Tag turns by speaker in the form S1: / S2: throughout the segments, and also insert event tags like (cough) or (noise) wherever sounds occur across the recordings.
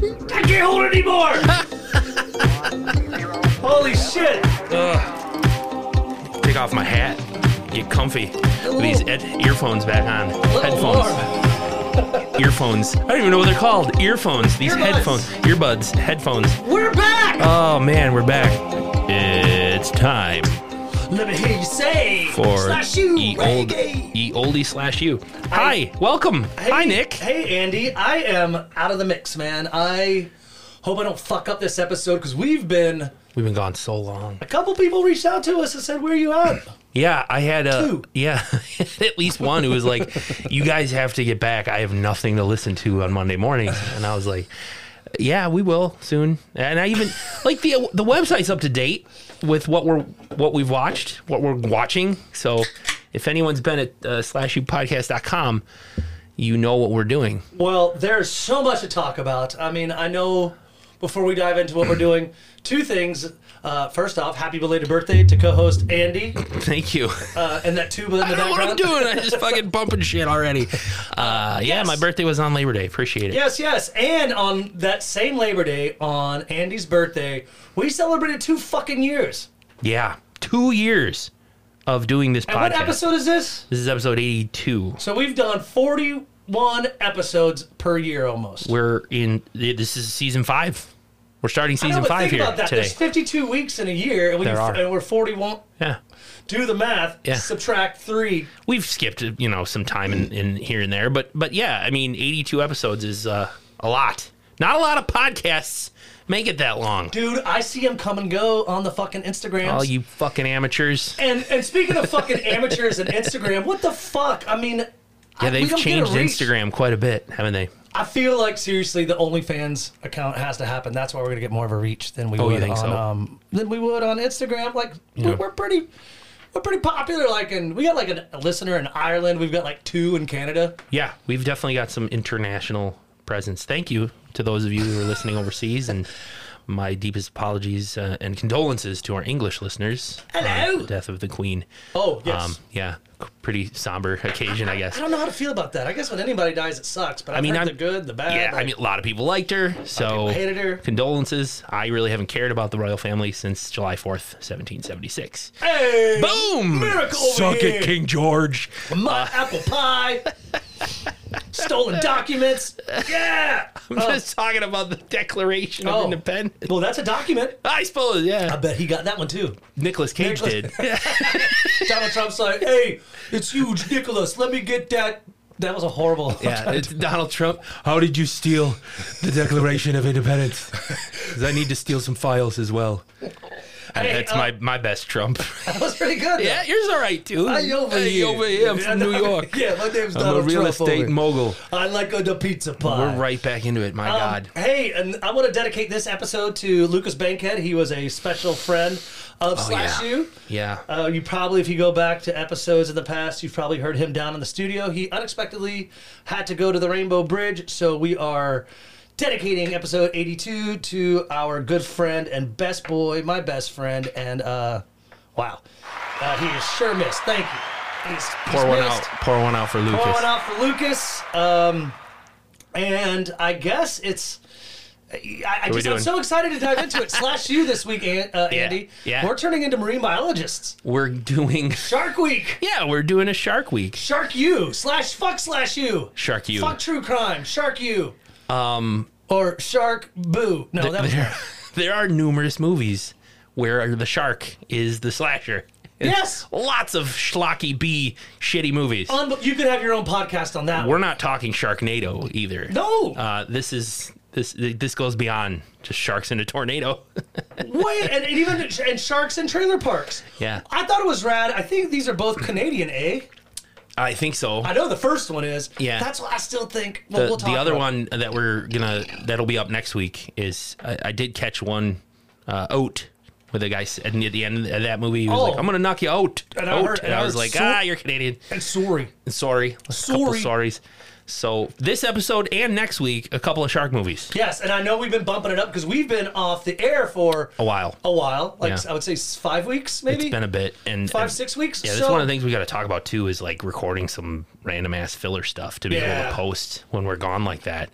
S1: can't hold anymore. Holy shit!
S2: Take off my hat. Get comfy. With these ed- earphones back on.
S1: Oh,
S2: Headphones. Earphones. I don't even know what they're called. Earphones. These
S1: Earbuds.
S2: headphones. Earbuds. Headphones.
S1: We're back.
S2: Oh man, we're back. It's time
S1: Let me hear you say.
S2: for
S1: slash you,
S2: ye old,
S1: reggae.
S2: ye oldie slash you. Hi, welcome. Hi,
S1: Hey-
S2: Nick.
S1: Hey, Andy. I am out of the mix, man. I hope I don't fuck up this episode because we've been.
S2: We've been gone so long.
S1: A couple people reached out to us and said, "Where you
S2: (clears throat)
S1: at?"
S2: Yeah, I had a
S1: Two.
S2: yeah, (laughs) at least one who was like, "You guys have to get back. I have nothing to listen to on Monday mornings," and I was like, "Yeah, we will soon." And I even like the the website's up to date with what we're what we've watched, what we're watching. So if anyone's been at uh, slashupodcast.com, you know what we're doing.
S1: Well, there's so much to talk about. I mean, I know before we dive into what
S2: (clears throat)
S1: we're doing, two things. Uh, first off, happy belated birthday to co-host Andy
S2: Thank you.
S1: uh, and that tuba in the
S2: (laughs) I don't know
S1: background.
S2: what I'm doing. I just fucking bumping shit already. Uh, yeah,
S1: Yes.
S2: my birthday was on Labor Day. Appreciate it.
S1: Yes, yes. And on that same Labor Day, on Andy's birthday, we celebrated two fucking years.
S2: Yeah, two years of doing this
S1: And
S2: podcast.
S1: what episode is this?
S2: This is episode 82.
S1: So we've done 41 episodes per year almost.
S2: We're in. This is season five. We're starting
S1: I know,
S2: season
S1: but
S2: five
S1: think
S2: here
S1: about that.
S2: today.
S1: There's 52 weeks in a year, and, we
S2: There are.
S1: and we're 41.
S2: Yeah,
S1: Do the math.
S2: Yeah.
S1: Subtract three.
S2: we've skipped you know some time in, in here and there, but but yeah, I mean, 82 episodes is uh, a lot. Not a lot of podcasts make it that long.
S1: Dude, I see him come and go on the fucking Instagrams.
S2: All you fucking amateurs.
S1: and and speaking of fucking amateurs and Instagram, what the fuck? I mean,
S2: Yeah,
S1: I, we
S2: they've
S1: don't get a
S2: changed
S1: reach.
S2: Instagram quite a bit, haven't they?
S1: I feel like seriously, the OnlyFans account has to happen. That's why we're gonna get more of a reach than we
S2: Oh, you
S1: would
S2: think
S1: on
S2: so?
S1: um than we would on Instagram. Like we're, we're pretty. We're pretty popular, like, and we got like a listener in Ireland. We've got like two in Canada.
S2: Yeah, we've definitely got some international presence. Thank you to those of you who are listening overseas, and my deepest apologies uh, and condolences to our English listeners. on
S1: Hello.
S2: the death of the Queen.
S1: Oh yes,
S2: Um, yeah, c- pretty somber occasion, I
S1: I
S2: guess.
S1: don't know how to feel about that. I guess when anybody dies, it sucks. But I've
S2: mean,
S1: heard
S2: I'm-
S1: the good, the bad.
S2: Yeah, I
S1: like,
S2: mean, a lot of people liked her, so
S1: hated her.
S2: condolences. I really haven't cared about the royal family since July fourth, seventeen seventy six.
S1: hey,
S2: Boom!
S1: miracle over
S2: Suck
S1: here.
S2: it, Uh, King George.
S1: my apple pie, stolen documents. Yeah.
S2: (laughs) I'm just talking about the Declaration
S1: Oh.
S2: of Independence.
S1: Well, that's a document.
S2: I suppose,
S1: I
S2: yeah.
S1: bet he got that one too.
S2: Nicholas Cage
S1: Nicolas-
S2: did.
S1: Donald Trump's like, "Hey, it's huge, Nicholas. Let me get that." That was a horrible.
S2: (laughs) Yeah, (laughs) it's Donald Trump. How did you steal the Declaration of (laughs) Independence? Because I need to steal some files as well.
S1: Hey,
S2: That's
S1: uh,
S2: my, my best Trump.
S1: (laughs) that was pretty good. though.
S2: oh. (laughs) yeah, yours all right too.
S1: I over
S2: Hey,
S1: here.
S2: over here. I'm
S1: Yeah, (laughs)
S2: from
S1: no,
S2: New York.
S1: Yeah, my name's
S2: I'm a
S1: Donald
S2: real
S1: Trump. over
S2: estate
S1: here.
S2: mogul.
S1: I like uh, the pizza pie.
S2: We're right back into it. My
S1: Um,
S2: God.
S1: Hey, and I want to dedicate this episode to Lucas Bankhead. He was a special friend of Slash
S2: Oh, yeah.
S1: U.
S2: Yeah.
S1: Uh, you probably, if you go back to episodes in the past, you've probably heard him down in the studio. He unexpectedly had to go to the Rainbow Bridge, so we are dedicating episode 82 to our good friend and best boy, my best friend, and uh, wow, uh, he is sure missed. Thank you. He's,
S2: Pour
S1: he's
S2: one
S1: missed.
S2: out. Pour one out for Lucas.
S1: Pour one out for Lucas. Um, and I guess it's. I, I
S2: we
S1: just, I'm
S2: doing?
S1: so excited to dive into it. Slash you this week, An- uh,
S2: (laughs) Yeah,
S1: Andy.
S2: yeah.
S1: We're turning into marine biologists.
S2: We're doing. (laughs)
S1: Shark Week.
S2: Yeah, we're doing a Shark Week.
S1: Shark you slash fuck slash you.
S2: Shark you.
S1: Fuck true crime. Shark you. Um. Or shark boo. No, that was.
S2: There, (laughs) there are numerous movies where the shark is the slasher.
S1: Yes.
S2: Lots of schlocky B shitty movies.
S1: Un- you could have your own podcast on that.
S2: We're not talking Sharknado either.
S1: No.
S2: Uh, this is this this goes beyond just sharks in a tornado. (laughs)
S1: Wait, and, and even and sharks in trailer parks.
S2: Yeah.
S1: I thought it was rad. I think these are both Canadian, eh?
S2: I think so.
S1: I know the first one is.
S2: Yeah.
S1: That's what I still think. Well,
S2: the,
S1: we'll
S2: the
S1: talk
S2: other
S1: about it.
S2: one that we're gonna that'll be up next week is I, I did catch one uh, oat where the guy said at the end of that movie he was like
S1: Oh.
S2: I'm gonna knock you out
S1: And I
S2: out
S1: heard-
S2: and
S1: and I
S2: I was
S1: heard
S2: like
S1: so-
S2: ah you're Canadian
S1: And sorry.
S2: sorry A couple
S1: Sorry.
S2: sorries so this episode and next week a couple of shark movies
S1: Yes, and I know we've been bumping it up because we've been off the air for
S2: a while
S1: a while. Like
S2: Yeah.
S1: I would say s- five weeks, maybe
S2: it's been a bit and
S1: five,
S2: and-
S1: six weeks.
S2: Yeah, that's
S1: so,
S2: one of the things we got to talk about too is like recording some random ass filler stuff to be able
S1: Yeah.
S2: to post when we're gone like that.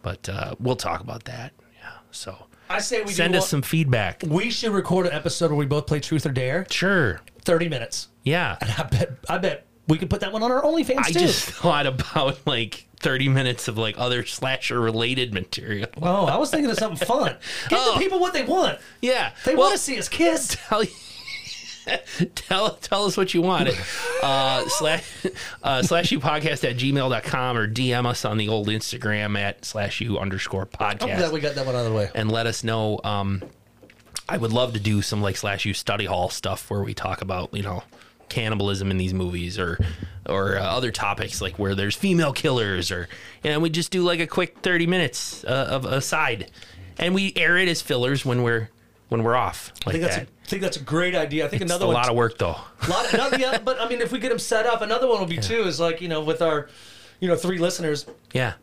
S2: But uh, we'll talk about that. Yeah, So
S1: I say we
S2: send
S1: do
S2: us
S1: one-
S2: some feedback.
S1: We should record an episode where we both play Truth or Dare.
S2: Sure.
S1: Thirty minutes.
S2: Yeah.
S1: I bet. I bet we could put that one on our OnlyFans
S2: I
S1: too.
S2: just (laughs) thought about like 30 minutes of like other slasher related material.
S1: Oh, I was thinking of something
S2: (laughs)
S1: fun. Give
S2: Oh.
S1: the people what they want.
S2: Yeah.
S1: They
S2: well,
S1: want to see us
S2: (laughs)
S1: kiss.
S2: tell tell tell us what you want it uh slash uh slash you podcast at gmail.com or dm us on the old instagram at slash you underscore
S1: I'm
S2: podcast
S1: glad we got Oh, that one out of the way.
S2: and let us know um i would love to do some like slash you study hall stuff where we talk about you know cannibalism in these movies or or uh, other topics like where there's female killers or and we just do like a quick 30 minutes uh, of a side and we air it as fillers when we're when we're off like
S1: I think that's
S2: that
S1: a, I think that's a great idea. I think another
S2: a
S1: one
S2: lot of work though. (laughs)
S1: lot another, yeah, but I mean if we get them set up, another one will be too is like, you know, with our you know, three listeners,
S2: Yeah,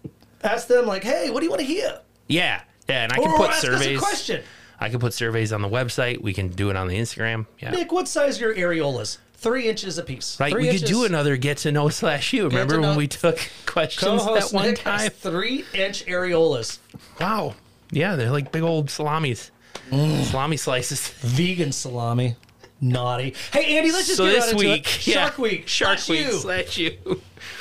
S1: ask them like, "Hey, what do you want to hear?"
S2: yeah, yeah. And I
S1: Or
S2: can put
S1: ask us
S2: surveys.
S1: Oh, a question.
S2: I can put surveys on the website. We can do it on the Instagram. Yeah,
S1: Nick, what size are your areolas? 3 inches apiece.
S2: right.
S1: Three
S2: we
S1: inches.
S2: could do another get to know slash you. Remember
S1: to
S2: when
S1: know-
S2: we took (laughs) questions
S1: Co-host
S2: that one
S1: Nick has
S2: time?
S1: 3-inch areolas.
S2: Wow. Yeah, they're like big old salamis,
S1: Mm.
S2: salami slices.
S1: Vegan salami. Naughty. Hey Andy, let's just
S2: so
S1: get
S2: this
S1: right into it.
S2: week, yeah,
S1: Shark Week.
S2: Shark
S1: That's
S2: Week
S1: you.
S2: slash you. (laughs)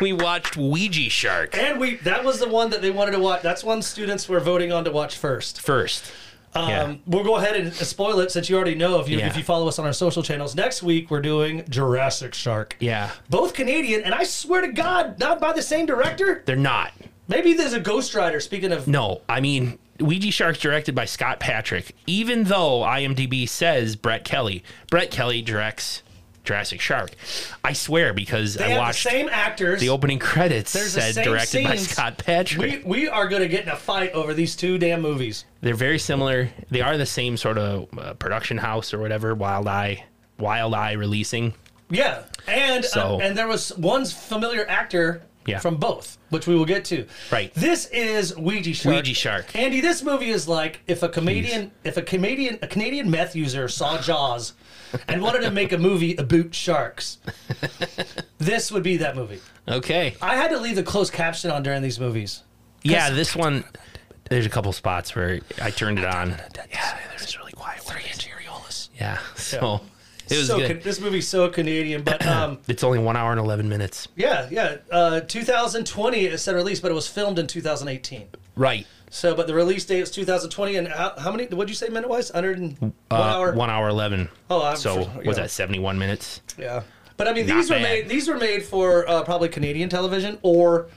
S2: We watched Ouija Shark
S1: And we that was the one that they wanted to watch. That's one students were voting on to watch first.
S2: first.
S1: Um,
S2: Yeah.
S1: We'll go ahead and spoil it since you already know if you
S2: Yeah.
S1: if you follow us on our social channels. Next week we're doing Jurassic Shark.
S2: Yeah,
S1: Both Canadian, and I swear to God, not by the same director.
S2: they're not.
S1: Maybe there's a ghostwriter. Speaking of,
S2: No, I mean Ouija Shark's directed by Scott Patrick. Even though IMDb says Brett Kelly, Brett Kelly directs Jurassic Shark. I swear because
S1: they
S2: I
S1: have
S2: watched
S1: the same actors.
S2: the opening credits
S1: There's the
S2: said
S1: same
S2: directed by
S1: scenes.
S2: Scott Patrick.
S1: we we are going to get in a fight over these two damn movies.
S2: They're very similar. They are the same sort of uh, production house or whatever. Wild Eye, Wild Eye releasing.
S1: Yeah, and uh,
S2: So-
S1: and there was one's familiar actor.
S2: Yeah.
S1: From both, which we will get to.
S2: Right.
S1: This is Ouija Shark.
S2: Ouija Shark.
S1: Andy, this movie is like if a comedian, if a comedian, a Canadian meth user saw Jaws, and wanted to make a movie about
S2: (laughs)
S1: sharks. this would be that movie.
S2: Okay.
S1: I had to leave the closed caption on during these movies.
S2: Yeah, this one. There's a couple spots where I turned it on. Yeah, there's really quiet. Three inch areolas. Yeah. So it was
S1: so
S2: good.
S1: Can, this movie's so Canadian, but
S2: (clears throat)
S1: um,
S2: It's only one hour and 11 minutes.
S1: yeah, yeah. Uh, 2020 it said release, but it was filmed in 2018.
S2: Right.
S1: So, but the release date was 2020, and how, how many? What'd you say minute wise? 100 and one
S2: Uh,
S1: hour.
S2: One hour 11.
S1: Oh, I'm
S2: So
S1: sure-
S2: was
S1: yeah.
S2: that 71 minutes?
S1: Yeah, but I mean,
S2: Not
S1: these were
S2: bad.
S1: made. These were made for uh, probably Canadian television or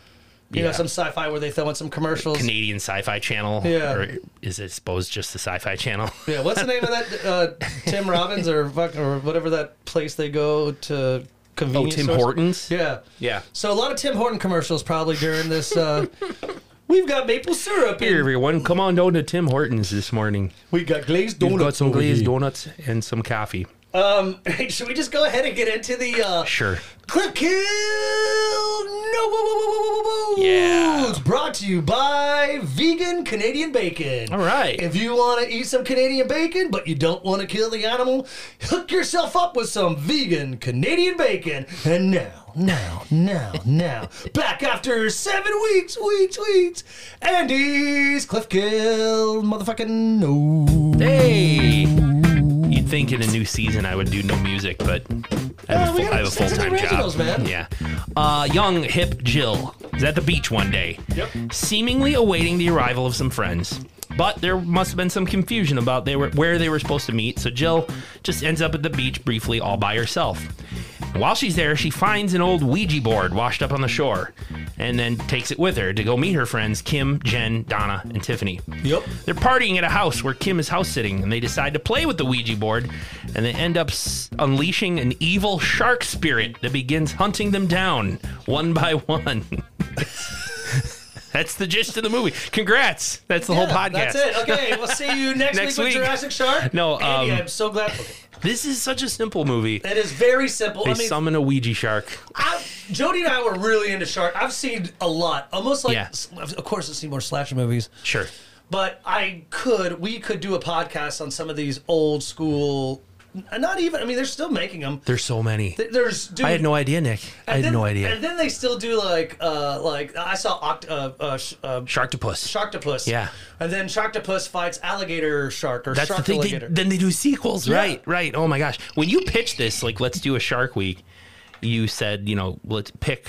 S1: you know
S2: Yeah.
S1: some sci-fi where they throw in some commercials.
S2: Canadian Sci Fi Channel.
S1: Yeah.
S2: Or is it supposed just the Sci Fi Channel?
S1: Yeah, what's the name of that? Uh, Tim Robbins or fuck, or whatever that place they go to
S2: (laughs) Oh,
S1: convenience.
S2: Tim
S1: stores?
S2: Hortons?
S1: Yeah.
S2: Yeah.
S1: So a lot of Tim Horton commercials probably during this. Uh, we've got maple syrup
S2: Here,
S1: here.
S2: everyone, come on down to Tim Hortons this morning.
S1: We got glazed
S2: We've
S1: donuts.
S2: got some
S1: over
S2: glazed
S1: here.
S2: donuts and some coffee.
S1: Hey, (laughs) should we just go ahead and get into the uh,
S2: Sure.
S1: clip kill? No.
S2: Yeah.
S1: It's brought to you by vegan Canadian bacon.
S2: All right.
S1: If you want to eat some Canadian bacon, but you don't want to kill the animal, hook yourself up with some vegan Canadian bacon. And now, now, now, now, back after seven weeks, weeks, weeks, Andy's Cliff Kill motherfucking no.
S2: Hey! You'd think in a new season I would do no music, but I
S1: Uh,
S2: have
S1: we
S2: a,
S1: gotta stick
S2: full
S1: to the
S2: time
S1: originals,
S2: job.
S1: man.
S2: Yeah. Uh, young, hip Jill is at the beach one day,
S1: Yep.
S2: seemingly awaiting the arrival of some friends. But there must have been some confusion about they were, where they were supposed to meet, so Jill just ends up at the beach briefly all by herself. While she's there, she finds an old Ouija board washed up on the shore and then takes it with her to go meet her friends Kim, Jen, Donna, and Tiffany.
S1: Yep.
S2: They're partying at a house where Kim is house sitting, and they decide to play with the Ouija board, and they end up s- unleashing an evil shark spirit that begins hunting them down one by (laughs) one. That's the gist of the movie. Congrats! That's the whole
S1: Yeah,
S2: podcast.
S1: That's it. Okay, we'll see you (laughs) next,
S2: Next
S1: week,
S2: week.
S1: with Jurassic Shark.
S2: No,
S1: Andy,
S2: um,
S1: I'm so glad. Okay.
S2: This is such a simple movie.
S1: It is very simple.
S2: They
S1: I mean,
S2: summon a Ouija shark.
S1: I, Jody and I were really into shark. I've seen a lot, almost like
S2: Yeah.
S1: of course I've seen more slasher movies,
S2: Sure.
S1: but I could we could do a podcast on some of these old school N- Not even. I mean, they're still making them.
S2: There's so many.
S1: There's. Dude,
S2: I had no idea, Nick. I
S1: and
S2: had
S1: then-
S2: no idea.
S1: And then they still do like, uh, like I saw oct- uh, uh, sh- uh,
S2: Sharktopus.
S1: sharktopus.
S2: Yeah.
S1: And then sharktopus fights alligator shark or
S2: That's
S1: shark
S2: the thing. They,
S1: alligator.
S2: then they do sequels, right? Right. Oh my gosh. When you pitch this, like, let's do a Shark Week, you said, you know, let's pick.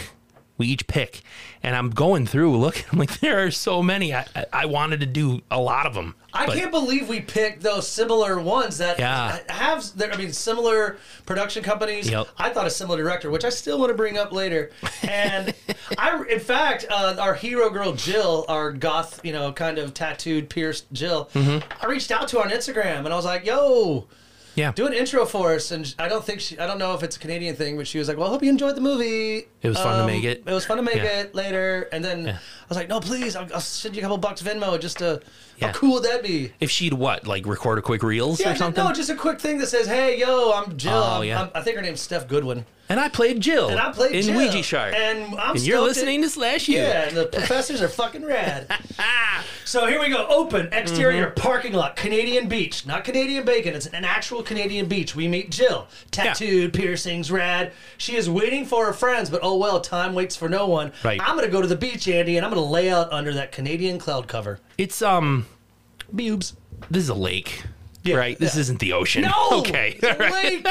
S2: We each pick, and I'm going through. Look, (laughs) I'm like, there are so many. I I, I wanted to do a lot of them.
S1: I
S2: but
S1: can't believe we picked those similar ones that
S2: Yeah.
S1: have, their, I mean, similar production companies.
S2: Yep.
S1: I thought a similar director, which I still want to bring up
S2: (laughs)
S1: later. And I, in fact, uh, our hero girl Jill, our goth, you know, kind of tattooed, pierced Jill,
S2: Mm-hmm.
S1: I reached out to her on Instagram and I was like, "Yo,
S2: Yeah.
S1: do an intro for us." And I don't think she, I don't know if it's a Canadian thing, but she was like, "Well, I hope you enjoyed the movie. Um,
S2: It was fun to make it."
S1: It was fun to make
S2: Yeah.
S1: it later." And then I was like, "No, please, I'll, I'll send you a couple bucks Venmo just to."
S2: Yeah.
S1: How cool would that be?
S2: If she'd what, like, record a quick reels
S1: Yeah,
S2: or
S1: ju-
S2: something.
S1: no, just a quick thing that says, "Hey, yo, I'm Jill.
S2: Oh,
S1: I'm-
S2: yeah.
S1: I'm- i think her name's Steph Goodwin,
S2: and I played Jill.
S1: and I played
S2: in
S1: Jill.
S2: Ouija Shark.
S1: and I'm
S2: And you're
S1: stoked
S2: listening
S1: That,
S2: to Slash You.
S1: yeah, and the professors are fucking rad.
S2: (laughs)
S1: so here we go. Open exterior
S2: Mm-hmm.
S1: parking lot, Canadian beach, not Canadian bacon. It's an actual Canadian beach. We meet Jill, tattooed, piercings, rad. She is waiting for her friends, but oh well, time waits for no one.
S2: Right.
S1: I'm gonna go to the beach, Andy, and I'm gonna lay out under that Canadian cloud cover.
S2: It's um
S1: Boobs.
S2: this is a lake. right? This isn't the ocean.
S1: No.
S2: (laughs)
S1: (laughs)
S2: Okay.
S1: It's a lake.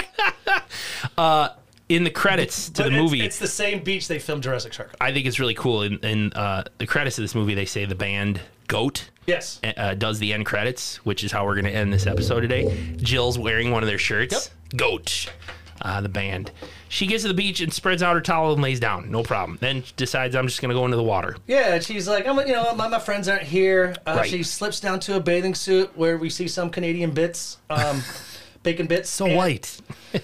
S2: In the credits (laughs) to
S1: But
S2: the
S1: it's-
S2: movie,
S1: It's, the same beach they filmed Jurassic Shark. on.
S2: I think it's really cool. In, in uh, the credits of this movie, they say the band Goat
S1: Yes.
S2: uh, does the end credits, which is how we're going to end this episode today. Jill's wearing one of their shirts. Goat, uh, the band. She gets to the beach and spreads out her towel and lays down. No problem. Then decides I'm just going to go into the water.
S1: Yeah, and she's like, I'm, you know, my, my friends aren't here. Uh,
S2: Right.
S1: She slips down to a bathing suit where we see some Canadian bits,
S2: (laughs)
S1: um, bacon bits.
S2: So
S1: And-
S2: white.
S1: No,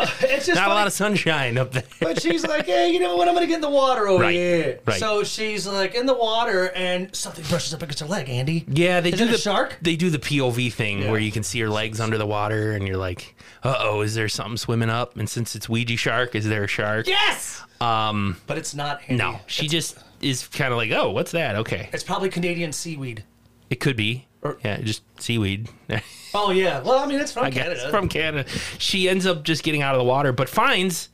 S1: (laughs) it's just
S2: Eh, Not
S1: funny.
S2: a lot of sunshine up there.
S1: (laughs) But she's like, hey, you know what? I'm gonna get in the water over
S2: Right,
S1: here.
S2: right.
S1: So she's like in the water, and something brushes up against her leg. Andy.
S2: Yeah, they
S1: Is
S2: do
S1: it a
S2: the
S1: shark?
S2: They do the POV thing where
S1: Yeah.
S2: you can see her legs under the water, and you're like, "Uh oh, is there something swimming up?" And since it's Ouija shark, is there a shark?
S1: Yes. Um. But it's not. Andy.
S2: No, she just is kind of like, "Oh, what's that?" Okay,
S1: It's probably Canadian seaweed.
S2: it could be.
S1: Or-
S2: Yeah, just seaweed. (laughs) I
S1: Oh yeah. Well, I mean, it's from
S2: guess
S1: Canada.
S2: from Canada. She ends up just getting out of the water, but finds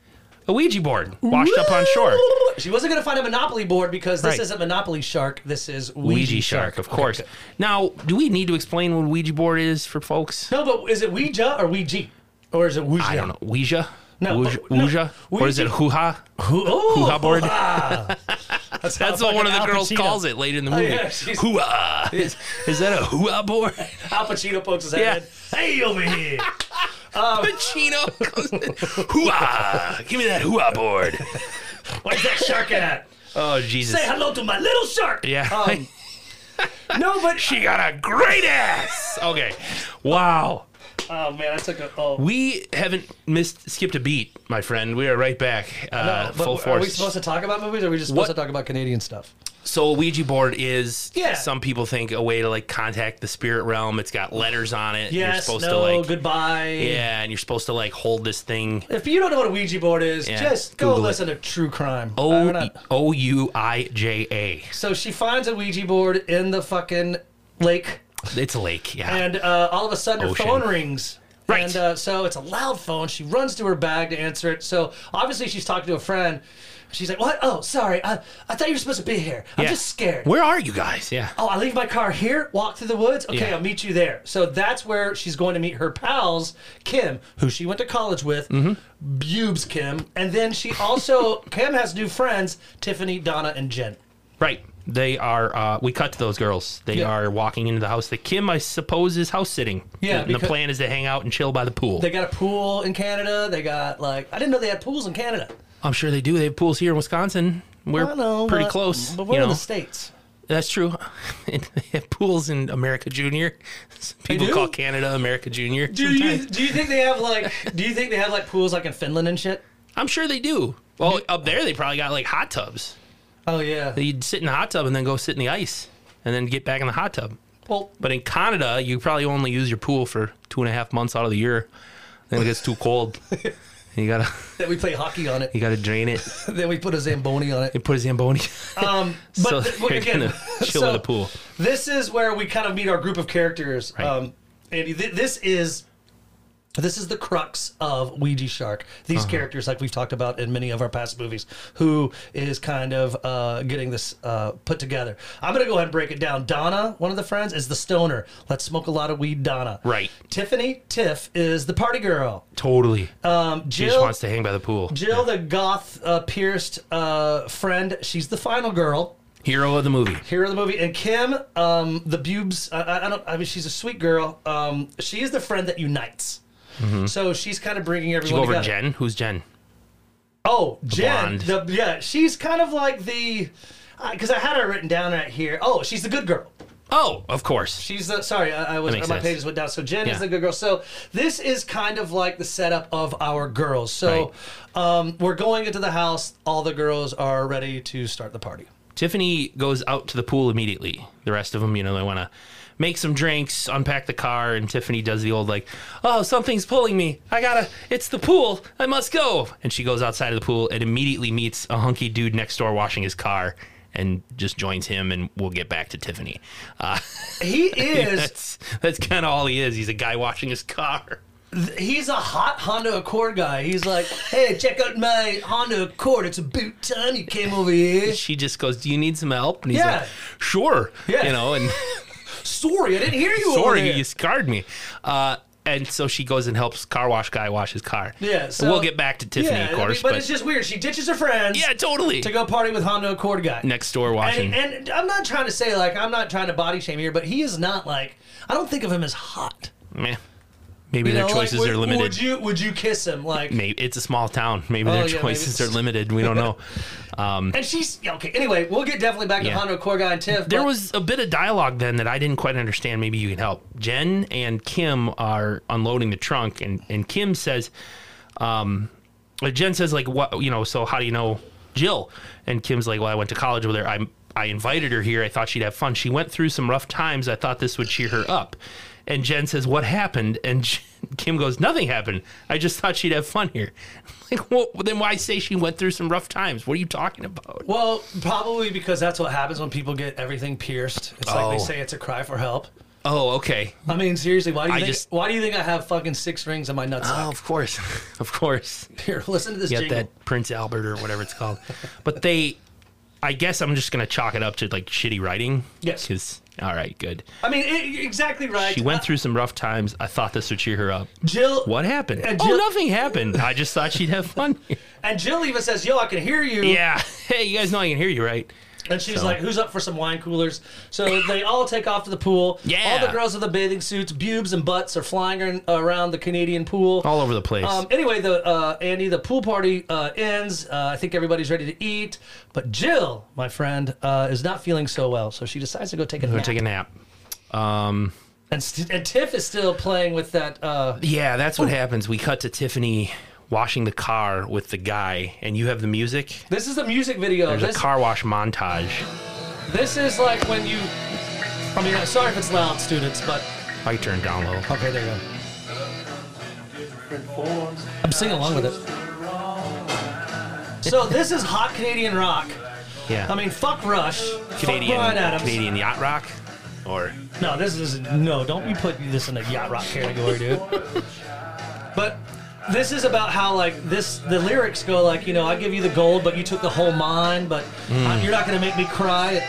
S2: a Ouija board washed up on shore.
S1: She wasn't going to find a Monopoly board because this
S2: Right.
S1: isn't Monopoly Shark. This is Ouija,
S2: Ouija, shark, of course.
S1: Okay,
S2: Now, do we need to explain what a Ouija board is for folks?
S1: good. No, but is it Ouija or Ouija? Or is it Ouija?
S2: I don't know. Ouija?
S1: No,
S2: Ouija?
S1: no.
S2: Ouija? Or is it
S1: Ouija-
S2: hoo ha?
S1: Who, oh,
S2: Hoo-ha board?
S1: That's,
S2: (laughs) That's what one of the girls calls it later in the movie.
S1: Oh, yeah, she's-
S2: Hoo-ah. Is, is that a
S1: (laughs)
S2: hoo-ah board?
S1: Al Pacino pokes his head
S2: Yeah.
S1: in. Hey, over here.
S2: Pacino goes in. Hoo-ah. Give me that hoo-ah
S1: (laughs)
S2: board.
S1: Where's that shark at?
S2: Oh, Jesus.
S1: Say hello to my little shark.
S2: Yeah. (laughs)
S1: Um, no, but.
S2: she got a great ass. Okay. Wow.
S1: Oh, man, I took a. Oh.
S2: We haven't missed, skipped a beat, my friend. We are right back. Uh,
S1: No, but
S2: full
S1: Are
S2: force.
S1: we supposed to talk about movies or are we just supposed
S2: What-
S1: to talk about Canadian stuff?
S2: So a Ouija board is
S1: Yeah.
S2: some people think a way to like contact the spirit realm. It's got letters on it. you're
S1: Yes,
S2: supposed
S1: no,
S2: to like
S1: goodbye.
S2: Yeah, and you're supposed to like hold this thing
S1: If you don't know what a Ouija board is,
S2: Yeah,
S1: just go
S2: Google it. Oh,
S1: listen to True Crime. Uh, we're
S2: O
S1: not-
S2: O U I J A.
S1: so she finds a Ouija board in the fucking lake,
S2: It's a lake, yeah.
S1: and uh, all of a sudden her
S2: Ocean.
S1: phone rings.
S2: Right.
S1: And uh, so it's a loud phone. She runs to her bag to answer it. So obviously she's talking to a friend. She's like, "What? Oh, sorry. I, I thought you were supposed to be here. I'm
S2: Yeah.
S1: just scared."
S2: Where are you guys? Yeah.
S1: Oh, I leave my car here, walk through the woods. Okay,
S2: Yeah.
S1: I'll meet you there. So that's where she's going to meet her pals, Kim, who she went to college with,
S2: Mm-hmm.
S1: Bubes Kim, and then she
S2: (laughs)
S1: also Kim has new friends, Tiffany, Donna, and Jen.
S2: Right. They are uh we cut to those girls. They
S1: Yeah.
S2: are walking into the house that Kim I suppose is house sitting.
S1: Yeah,
S2: And the
S1: because-
S2: plan is to hang out and chill by the pool.
S1: They got a pool in Canada. They got like I didn't know they had pools in Canada.
S2: I'm sure they do. They have pools here in Wisconsin. We're
S1: I know,
S2: pretty
S1: but-
S2: close.
S1: but we're
S2: you
S1: in
S2: know.
S1: the states.
S2: That's true. (laughs) they have pools in America Junior. (laughs) People
S1: do?
S2: call Canada America Junior.
S1: Do you
S2: sometimes.
S1: do you think they have like do you think they have like pools like in Finland and shit?
S2: I'm sure they do. Well, up there they probably got like hot tubs.
S1: Oh yeah.
S2: You'd sit in the hot tub and then go sit in the ice, and then get back in the hot tub.
S1: Well,
S2: But in Canada, you probably only use your pool for two and a half months out of the year. Then it gets
S1: (laughs)
S2: too cold. and you gotta
S1: that we play hockey on it.
S2: (laughs) you gotta drain it
S1: Then we put a zamboni on it.
S2: and put a zamboni.
S1: Um, but
S2: so
S1: th- (laughs)
S2: you're
S1: again,
S2: gonna chill in
S1: so
S2: the pool.
S1: This is where we kind of meet our group of characters. Um, Andy, th- this is This is the crux of Ouija Shark. These
S2: Uh-huh.
S1: characters, like we've talked about in many of our past movies, who is kind of uh, getting this uh, put together. I'm going to go ahead and break it down. Donna, one of the friends, is the stoner. Let's smoke a lot of weed, Donna.
S2: Right.
S1: Tiffany, Tiff, is the party girl.
S2: Totally.
S1: Um,
S2: she
S1: Jill,
S2: just wants to hang by the pool.
S1: Jill, the goth uh, pierced uh, friend, she's the final girl.
S2: Hero of the movie.
S1: Hero of the movie, and Kim, um, the bubes. I- I, I don't. I mean, she's a sweet girl. Um, she is the friend that unites.
S2: Mm-hmm.
S1: So she's kind of bringing
S2: You go
S1: everyone
S2: over
S1: together.
S2: Jen. Who's Jen?
S1: Oh, Jen.
S2: blonde.
S1: The, yeah, she's kind of like the. Because I had her written down right here. Oh, she's the good girl.
S2: Oh, of course.
S1: She's the sorry, I, I was
S2: That makes
S1: my
S2: sense.
S1: pages went down. So Jen is
S2: Yeah.
S1: the good girl. So this is kind of like the setup of our girls. So um, we're going into the house. All the girls are ready to start the party.
S2: Tiffany goes out to the pool immediately. The rest of them, you know, they want to make some drinks, unpack the car, and Tiffany does the old like, "Oh, something's pulling me. I gotta. It's the pool. I must go." And she goes outside of the pool and immediately meets a hunky dude next door washing his car. And just joins him, and we'll get back to Tiffany. Uh, (laughs)
S1: He is
S2: that's that's kind of all he is. He's a guy washing his car.
S1: he's a hot Honda Accord guy. He's like, hey, check out my Honda Accord. It's a boot time. You came over here.
S2: She just goes, "Do you need some help?" And he's
S1: Yeah.
S2: like, "Sure."
S1: Yeah.
S2: You know, and
S1: Sorry, I didn't hear you. over
S2: sorry,
S1: there.
S2: you scarred me. Uh, and so she goes and helps car wash guy wash his car.
S1: Yeah,
S2: And
S1: so-
S2: we'll get back to Tiffany,
S1: yeah, I
S2: of
S1: mean,
S2: course.
S1: but,
S2: but
S1: it's just weird. She ditches her friends
S2: yeah, totally.
S1: to go party with Honda Accord guy.
S2: Next door washing.
S1: And, and I'm not trying to say like I'm not trying to body shame here, but he is not like I don't think of him as hot.
S2: Meh. Maybe
S1: You
S2: their
S1: know, like,
S2: choices
S1: would-
S2: are limited.
S1: Would you would you kiss him like?
S2: Maybe it's a small town. Maybe
S1: Oh,
S2: their
S1: yeah, maybe.
S2: choices are
S1: (laughs)
S2: limited. We don't know. Um,
S1: And she's yeah, okay. Anyway, we'll get definitely back to
S2: Yeah.
S1: Honda Accord guy and Tiff.
S2: there
S1: but-
S2: was a bit of dialogue then that I didn't quite understand. Maybe you can help. Jen and Kim are unloading the trunk, and, and Kim says, um, uh, Jen says, like, what, you know, so how do you know Jill? And Kim's like, well, I went to college with her. I, I invited her here. I thought she'd have fun. She went through some rough times. I thought this would cheer her up. And Jen says, what happened? And (laughs) J- Kim goes, nothing happened. I just thought she'd have fun here. (laughs) Like, well, then why say she went through some rough times? What are you talking about?
S1: well, probably because that's what happens when people get everything pierced. It's like
S2: Oh.
S1: they say it's a cry for help.
S2: Oh, okay.
S1: I mean, seriously, why do you
S2: I
S1: think,
S2: just-
S1: why do you think I have fucking six rings on my nutsack?
S2: Oh, of course. (laughs) of course.
S1: (laughs) Here, listen to this
S2: Get
S1: jingle.
S2: that Prince Albert or whatever it's called. but they, I guess I'm just going to chalk it up to like shitty writing.
S1: Yes.
S2: 'Cause- all right, good.
S1: I mean, it, you're exactly right.
S2: She went through some rough times. I thought this would cheer her up.
S1: Uh, Jill.
S2: What happened?
S1: And
S2: oh,
S1: Jill-
S2: nothing happened. I just thought she'd have
S1: (laughs)
S2: fun. (laughs)
S1: And Jill even says, "Yo, I can hear you."
S2: yeah. Hey, you guys know I can hear you, right?
S1: And she's like, "Who's up for some wine coolers?" So they all take off to the pool.
S2: Yeah.
S1: All the girls with the bathing suits, bubes and butts are flying ar- around the Canadian pool.
S2: All over the place.
S1: Um, anyway, the uh, Andy, the pool party uh, ends. Uh, I think everybody's ready to eat, but Jill, my friend, uh, is not feeling so well, so she decides to go take a
S2: Go
S1: nap.
S2: take a nap. Um,
S1: and, st- and Tiff is still playing with that. Uh,
S2: yeah, that's what happens. We cut to Tiffany washing the car with the guy, and you have the music.
S1: this is the music video.
S2: There's
S1: This,
S2: a car wash montage.
S1: this is like when you. I mean, I'm sorry if it's loud, students, but
S2: I turned down low.
S1: okay, there you go. I'm singing along with it. So this is hot Canadian rock.
S2: Yeah.
S1: I mean, fuck Rush,
S2: Canadian
S1: fuck Brian Adams.
S2: Canadian yacht rock, or
S1: No, this is no. Don't we put this in the yacht rock category,
S2: (laughs)
S1: dude? but this is about how like this. The lyrics go like, you know, I give you the gold, but you took the whole mine. But
S2: Hmm.
S1: uh, you're not gonna make me cry.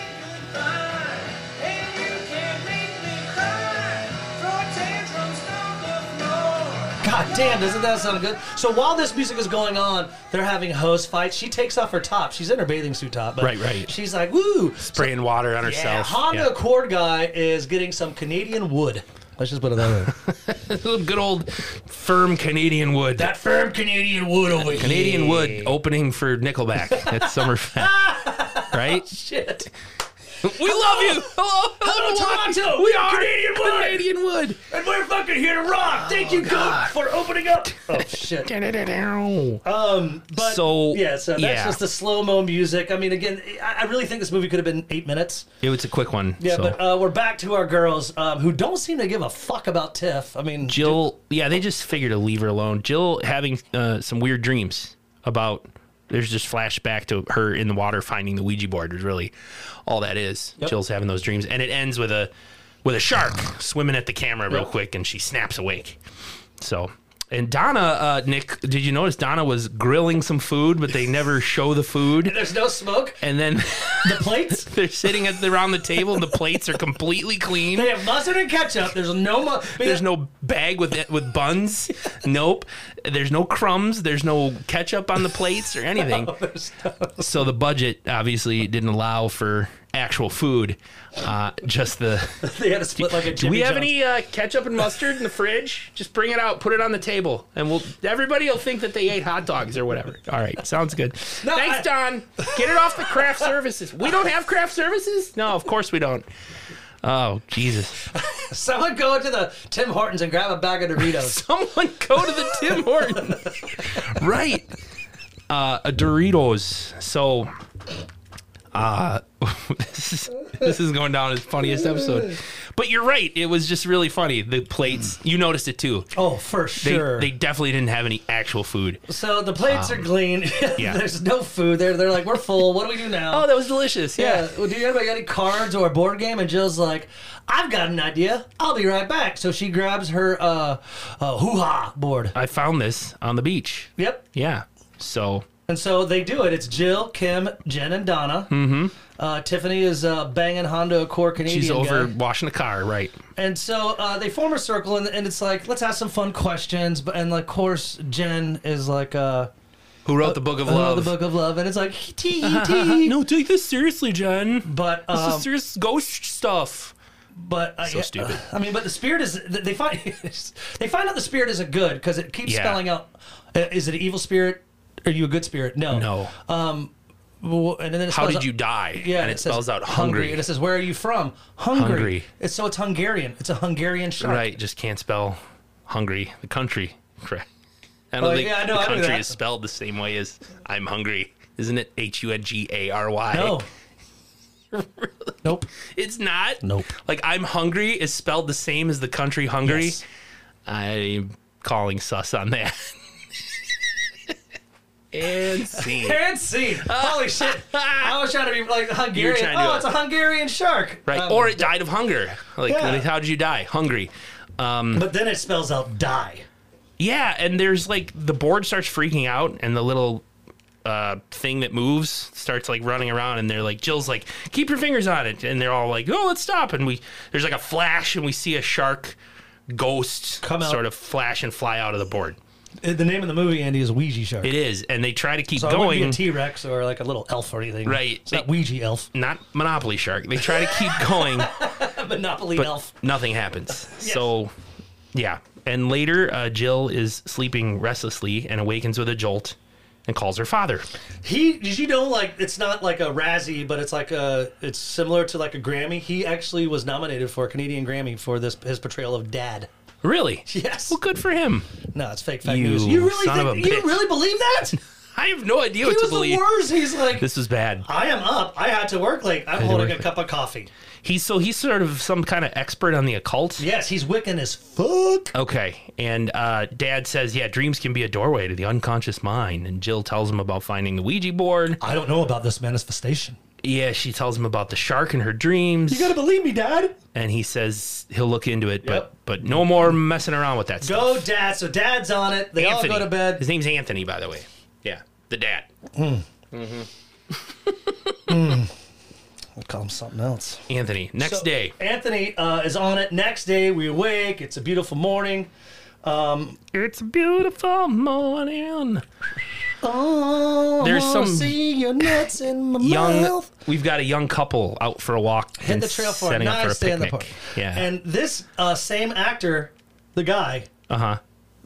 S1: God damn, doesn't that sound good? So while this music is going on, they're having hose fights. She takes off her top. She's in her bathing suit top. But
S2: Right, right.
S1: She's like, woo.
S2: spraying water on
S1: Yeah,
S2: herself.
S1: Honda Accord guy is getting some Canadian wood. Let's just put it that way.
S2: Yeah. (laughs) good old firm Canadian
S1: (laughs)
S2: wood.
S1: that firm Canadian wood over here.
S2: Canadian wood opening for (laughs) Nickelback at Summerfest, (laughs) right?
S1: Oh, Shit.
S2: We love you. (laughs) Hello,
S1: Hello, Toronto.
S2: We are
S1: Canadian wood.
S2: Canadian wood.
S1: And we're fucking here to rock. Thank you, Oh, God, for opening up. Oh shit.
S2: (laughs)
S1: Um, but
S2: So,
S1: yeah, so that's
S2: yeah.
S1: just the slow mo music. I mean, again, I, I really think this movie could have been eight minutes.
S2: It was a quick one.
S1: Yeah,
S2: so.
S1: but uh, we're back to our girls um, who don't seem to give a fuck about Tiff. I mean,
S2: Jill, yeah, they just figure to leave her alone. Jill having uh, some weird dreams about. There's just flashback to her in the water finding the Ouija board. Is really all that is. Jill's having those dreams, and it ends with a with a shark swimming at the camera real
S1: Yep.
S2: quick, and she snaps awake. So And Donna, uh, Nick, did you notice Donna was grilling some food, but they never show the food?
S1: There's no smoke.
S2: And then (laughs)
S1: The plates.
S2: they're sitting at the, around the table, and the plates are completely clean.
S1: They have mustard and ketchup. There's no mu- (laughs) I mean,
S2: There's no bag with it, with buns. Nope. There's no crumbs. There's no ketchup on the plates or anything.
S1: (laughs) there's
S2: So the budget obviously didn't allow for actual food. Uh, just the.
S1: they had to split like a.
S2: Do we have any uh, ketchup and mustard in the fridge? Just bring it out, put it on the table, and we'll everybody will think that they ate hot dogs or whatever. All right, sounds good.
S1: No,
S2: Thanks,
S1: I-
S2: Don. Get it off the craft services. We don't have craft services. No, of course we don't. Oh Jesus.
S1: Someone go to the Tim Hortons and grab a bag of
S2: (laughs)
S1: Doritos.
S2: Someone go to the (laughs) Tim Hortons. right. Uh, a Doritos. So, uh, (laughs) this, is, this is going down as funniest episode. But you're right. It was just really funny. The plates, you noticed it too.
S1: oh, for
S2: They,
S1: sure.
S2: they definitely didn't have any actual food.
S1: so the plates are clean.
S2: Um,
S1: (laughs)
S2: yeah.
S1: there's no food. They're they're like we're full. What do we do now?
S2: Oh, that was delicious. Yeah.
S1: Yeah. Well, do you anybody got any cards or a board game? And Jill's like, I've got an idea. I'll be right back. So she grabs her uh, uh, hoo ha board.
S2: I found this on the beach.
S1: Yep.
S2: Yeah. So,
S1: And so they do it. It's Jill, Kim, Jen, and Donna. Mm-hmm. Uh, Tiffany is uh, banging Honda Accord Canadian.
S2: she's over
S1: guy.
S2: washing the car, right?
S1: And so uh, they form a circle, and, and it's like, let's ask some fun questions. But and like, of course, Jen is like, uh,
S2: Who wrote the Book of
S1: "Oh,
S2: Love?
S1: the book of love, and it's like, tee
S2: (laughs)
S1: tee.
S2: No, take this seriously, Jen.
S1: But
S2: This
S1: um,
S2: is serious ghost stuff.
S1: But uh, yeah,
S2: stupid.
S1: I mean, but the spirit is. th- They find (laughs) they find out the spirit isn't good because it keeps
S2: Yeah.
S1: spelling out. uh, Is it an evil spirit? Are you a good spirit? No.
S2: No.
S1: Well, And then it
S2: How
S1: spells
S2: did
S1: out-
S2: you die?
S1: Yeah,
S2: and it,
S1: says
S2: spells out hungry.
S1: and it says, "Where are you from?" Hungry.
S2: Hungry.
S1: It's so it's Hungarian. It's a Hungarian shark.
S2: Right, just can't spell hungry. The country, (laughs) correct? I don't
S1: Oh,
S2: think
S1: yeah, I know,
S2: the
S1: I knew
S2: country
S1: that.
S2: is spelled the same way as I'm hungry, isn't it? H u n g a r y.
S1: No. (laughs) nope.
S2: it's not.
S1: Nope.
S2: Like I'm hungry is spelled the same as the country hungry.
S1: Yes.
S2: I'm calling sus
S1: (laughs)
S2: on that. (laughs) and scene.
S1: Can't
S2: (laughs)
S1: see. Holy shit! I was trying to be like Hungarian.
S2: trying to do
S1: Oh,
S2: it.
S1: it's a Hungarian shark.
S2: Right,
S1: Um,
S2: or it died of hunger. Like,
S1: Yeah.
S2: like, how did you die? Hungry.
S1: but then it spells out die.
S2: Yeah, and there's like the board starts freaking out, and the little uh, thing that moves starts like running around, and they're like, Jill's like, keep your fingers on it, and they're all like, oh, let's stop, and we there's like a flash, and we see a shark ghost
S1: Come out.
S2: sort of flash and fly out of the board.
S1: Uh, The name of the movie Andy is Ouija shark.
S2: It is, and they try to keep
S1: So it wouldn't be
S2: going.
S1: a T Rex or like a little elf or anything.
S2: Right.
S1: It's not Ouija elf. (laughs)
S2: not Monopoly Shark. They try to keep going.
S1: Monopoly elf.
S2: nothing happens. So, yeah. And later, uh, Jill is sleeping restlessly and awakens with a jolt and calls her father.
S1: He did you know like it's not like a Razzie, but it's like a it's similar to like a Grammy. He actually was nominated for a Canadian Grammy for this his portrayal of Dad.
S2: Really?
S1: Yes.
S2: Well, good for him.
S1: No, it's fake fact
S2: You
S1: news. You really
S2: son of
S1: think,
S2: a
S1: you
S2: bitch.
S1: really believe
S2: (laughs)
S1: that? He
S2: I have no idea what to
S1: was the
S2: believe.
S1: worst. He's like
S2: This was bad.
S1: I am up. I had to work late. I'm holding
S2: work
S1: a
S2: late.
S1: cup of coffee.
S2: He's so he's sort of some kind of expert on the occult.
S1: Yes, he's Wiccan as fuck.
S2: Okay. And uh, Dad says, yeah, dreams can be a doorway to the unconscious mind. And Jill tells him about finding the Ouija board.
S1: I don't know about this manifestation.
S2: Yeah, she tells him about the shark in her dreams.
S1: You gotta believe me, Dad.
S2: and he says he'll look into it,
S1: Yep.
S2: but but no more messing around with that stuff.
S1: Go, Dad. So Dad's on it. They
S2: Anthony.
S1: all go to bed.
S2: His name's Anthony, by the way. Yeah, the dad.
S1: We'll call him something else.
S2: Anthony. Next
S1: So,
S2: day,
S1: Anthony uh, is on it. Next day, we awake. It's a beautiful morning.
S2: it's a beautiful morning.
S1: Oh,
S2: There's
S1: I wanna
S2: some
S1: see your nuts in my
S2: Young,
S1: mouth.
S2: we've got a young couple out for a walk.
S1: Hit the trail for a
S2: setting up
S1: nice day in the park.
S2: Yeah.
S1: And this uh, same actor, the guy,
S2: uh huh.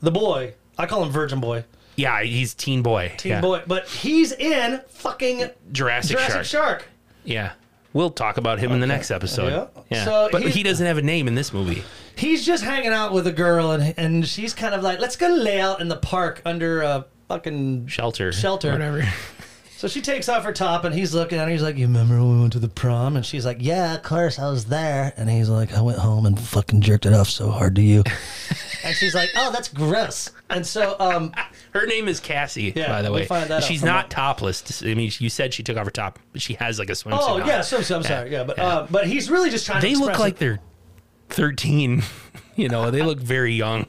S1: the boy, I call him Virgin Boy,
S2: Yeah, he's teen boy.
S1: Teen
S2: yeah.
S1: Boy, but he's in fucking
S2: Jurassic,
S1: Jurassic
S2: Shark.
S1: Shark.
S2: Yeah. We'll talk about him in the next episode.
S1: Yeah.
S2: Yeah.
S1: So
S2: but
S1: he's-
S2: he doesn't have a name in this movie.
S1: He's just hanging out with a girl, and, and she's kind of like, let's go lay out in the park under a fucking
S2: Shelter.
S1: Shelter.
S2: Whatever.
S1: (laughs) So she takes off her top and he's looking at her. He's like, You remember when we went to the prom? And she's like, Yeah, of course, I was there. And he's like, I went home and fucking jerked it off so hard to
S2: (laughs)
S1: you. and she's like, Oh, that's gross. And so,
S2: (laughs)
S1: um,
S2: Her name is Cassie,
S1: Yeah,
S2: by the
S1: we
S2: way.
S1: find that out
S2: She's
S1: from
S2: not topless. I mean, you said she took off her top, but she has like a swimsuit.
S1: oh,
S2: on.
S1: yeah, so, so I'm sorry. Yeah, but, uh, but he's really just trying
S2: They
S1: to
S2: look
S1: express
S2: (laughs) like they're 13. You know, they look very young.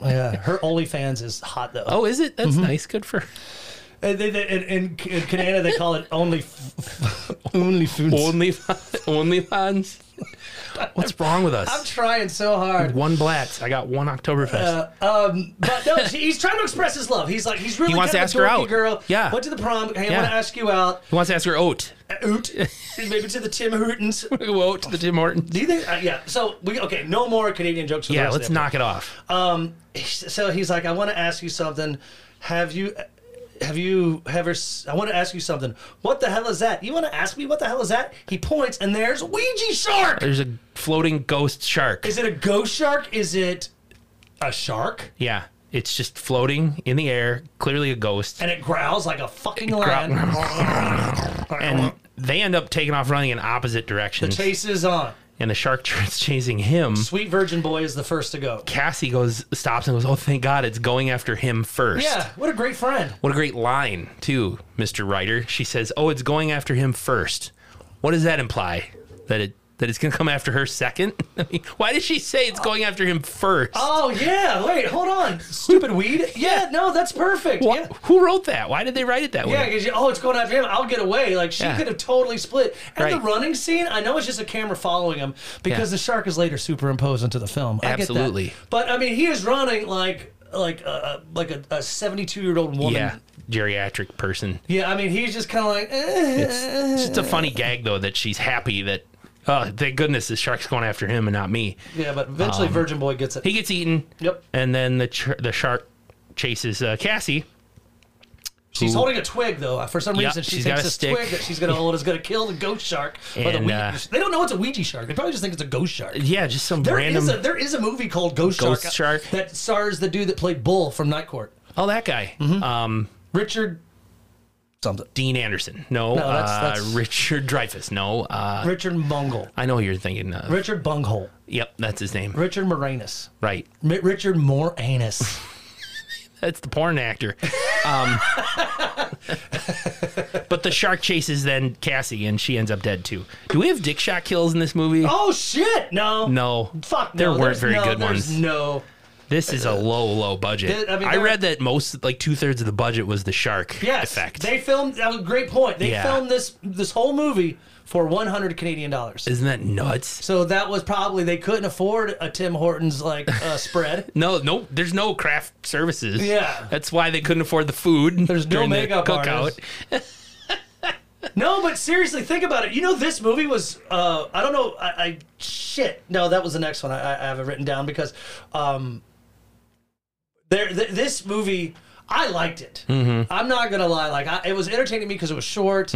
S1: yeah, her OnlyFans is hot though.
S2: Oh, is it? That's
S1: Mm-hmm.
S2: nice. Good for
S1: And they, they, in, in, in Canada, they call it only (laughs) only
S2: (laughs)
S1: foods.
S2: only only fans. What's wrong with
S1: I'm
S2: us?
S1: trying so hard.
S2: One Blacks. I got one Oktoberfest.
S1: Uh, um, but no, she- he's trying to express his love. He's like, he's really
S2: He wants
S1: kind
S2: to
S1: of
S2: ask
S1: a dorky
S2: her out.
S1: girl.
S2: Yeah.
S1: went to the prom. Hey, I
S2: Yeah.
S1: want to ask you out. Uh,
S2: Who wants to ask her oat?
S1: Oot, maybe to the Tim Hortons.
S2: (laughs) oat to the Tim Hortons.
S1: Do you think? Uh, yeah. So we okay. No more Canadian jokes. For the
S2: Yeah,
S1: rest of
S2: let's
S1: the
S2: knock it Uh, off.
S1: Um, so he's like, I want to ask you something. Have you, have you ever? s- I want to ask you something. What the hell is that? You want to ask me what the hell is that? He points, and there's Ouija shark.
S2: There's a floating ghost shark.
S1: Is it a ghost shark? Is it a shark?
S2: Yeah, it's just floating in the air, clearly a ghost.
S1: And it growls like a fucking lion.
S2: And they end up taking off running in opposite directions.
S1: Chase is on.
S2: and the shark (laughs) starts chasing him.
S1: Sweet Virgin Boy is the first to go.
S2: Cassie goes, stops and goes, "Oh, thank God, it's going after him first.
S1: Yeah, what a great friend.
S2: What a great line, too, Mister Ryder. She says, "Oh, it's going after him first. What does that imply? That it that it's gonna come after her second? (laughs) I mean, why did she say it's going after him first?
S1: Oh yeah, wait, hold on. Stupid weed. Yeah, no, that's perfect.
S2: Wha-
S1: Yeah.
S2: Who wrote that? Why did they write it that
S1: Yeah,
S2: way?
S1: because oh, it's going after him. I'll get away. Like she
S2: Yeah.
S1: could have totally split. And the
S2: Right.
S1: running scene, I know it's just a camera following him because
S2: Yeah.
S1: the shark is later superimposed into the film. I get that.
S2: Absolutely.
S1: But I mean, he is running like like a like a, a seventy-two year old woman.
S2: Yeah, geriatric person.
S1: Yeah, I mean, he's just kind of like, eh.
S2: It's just a funny
S1: Uh.
S2: gag though that she's happy that. Oh, thank goodness the shark's going after him and not me.
S1: yeah. But eventually, Virgin Boy gets it.
S2: Um, He gets eaten.
S1: Yep.
S2: And then the ch- the shark chases uh, Cassie.
S1: she's holding a twig though. For some
S2: Yep,
S1: reason, she
S2: she's got
S1: thinks
S2: a
S1: this
S2: stick.
S1: twig that she's gonna hold is gonna kill the ghost shark. or the
S2: And,
S1: Ouija-
S2: uh,
S1: they don't know it's a Ouija shark. They probably just think it's a ghost shark.
S2: Yeah, just some
S1: There is
S2: random.
S1: a there is a movie called Ghost,
S2: Ghost
S1: Shark, uh,
S2: Shark.
S1: that stars the dude that played Bull from Night Court,
S2: oh, that guy.
S1: Mm-hmm.
S2: Um,
S1: Richard something,
S2: Dean Anderson. No.
S1: No, that's- that's-
S2: Uh, Richard Dreyfus. No. Uh,
S1: Richard Bungle,
S2: I know who you're thinking. Uh,
S1: Richard Bunghole,
S2: yep, that's his name.
S1: Richard Moranis,
S2: Right.
S1: Mi- Richard
S2: (laughs)
S1: Moranis.
S2: That's the
S1: (laughs)
S2: porn actor. Um, but the shark chases then Cassie, and she ends up dead too. Do we have dick shot kills in this movie?
S1: oh shit! No,
S2: No.
S1: fuck.
S2: There
S1: no,
S2: weren't
S1: there's
S2: very
S1: no,
S2: good
S1: there's
S2: ones.
S1: No,
S2: This is a low, low budget.
S1: Th- I
S2: I,
S1: mean, there-
S2: read that most, like two thirds of the budget was the shark
S1: yes,
S2: effect.
S1: they filmed. That was a great point. They
S2: Yeah.
S1: filmed this this whole movie for 100 Canadian dollars.
S2: Isn't that nuts?
S1: So that was probably they couldn't afford a Tim Hortons like
S2: (laughs)
S1: uh, spread.
S2: No, no, there's no craft services.
S1: Yeah.
S2: That's why they couldn't afford the food. There's
S1: no makeup artist. No, but seriously, think about it. You know, this movie was, uh, I don't know, I, I, shit. No, that was the next one I, I I have it written down because um, there, th- this movie, I liked it.
S2: Mm-hmm.
S1: I'm not going to lie. Like, I, it was entertaining me because it was short.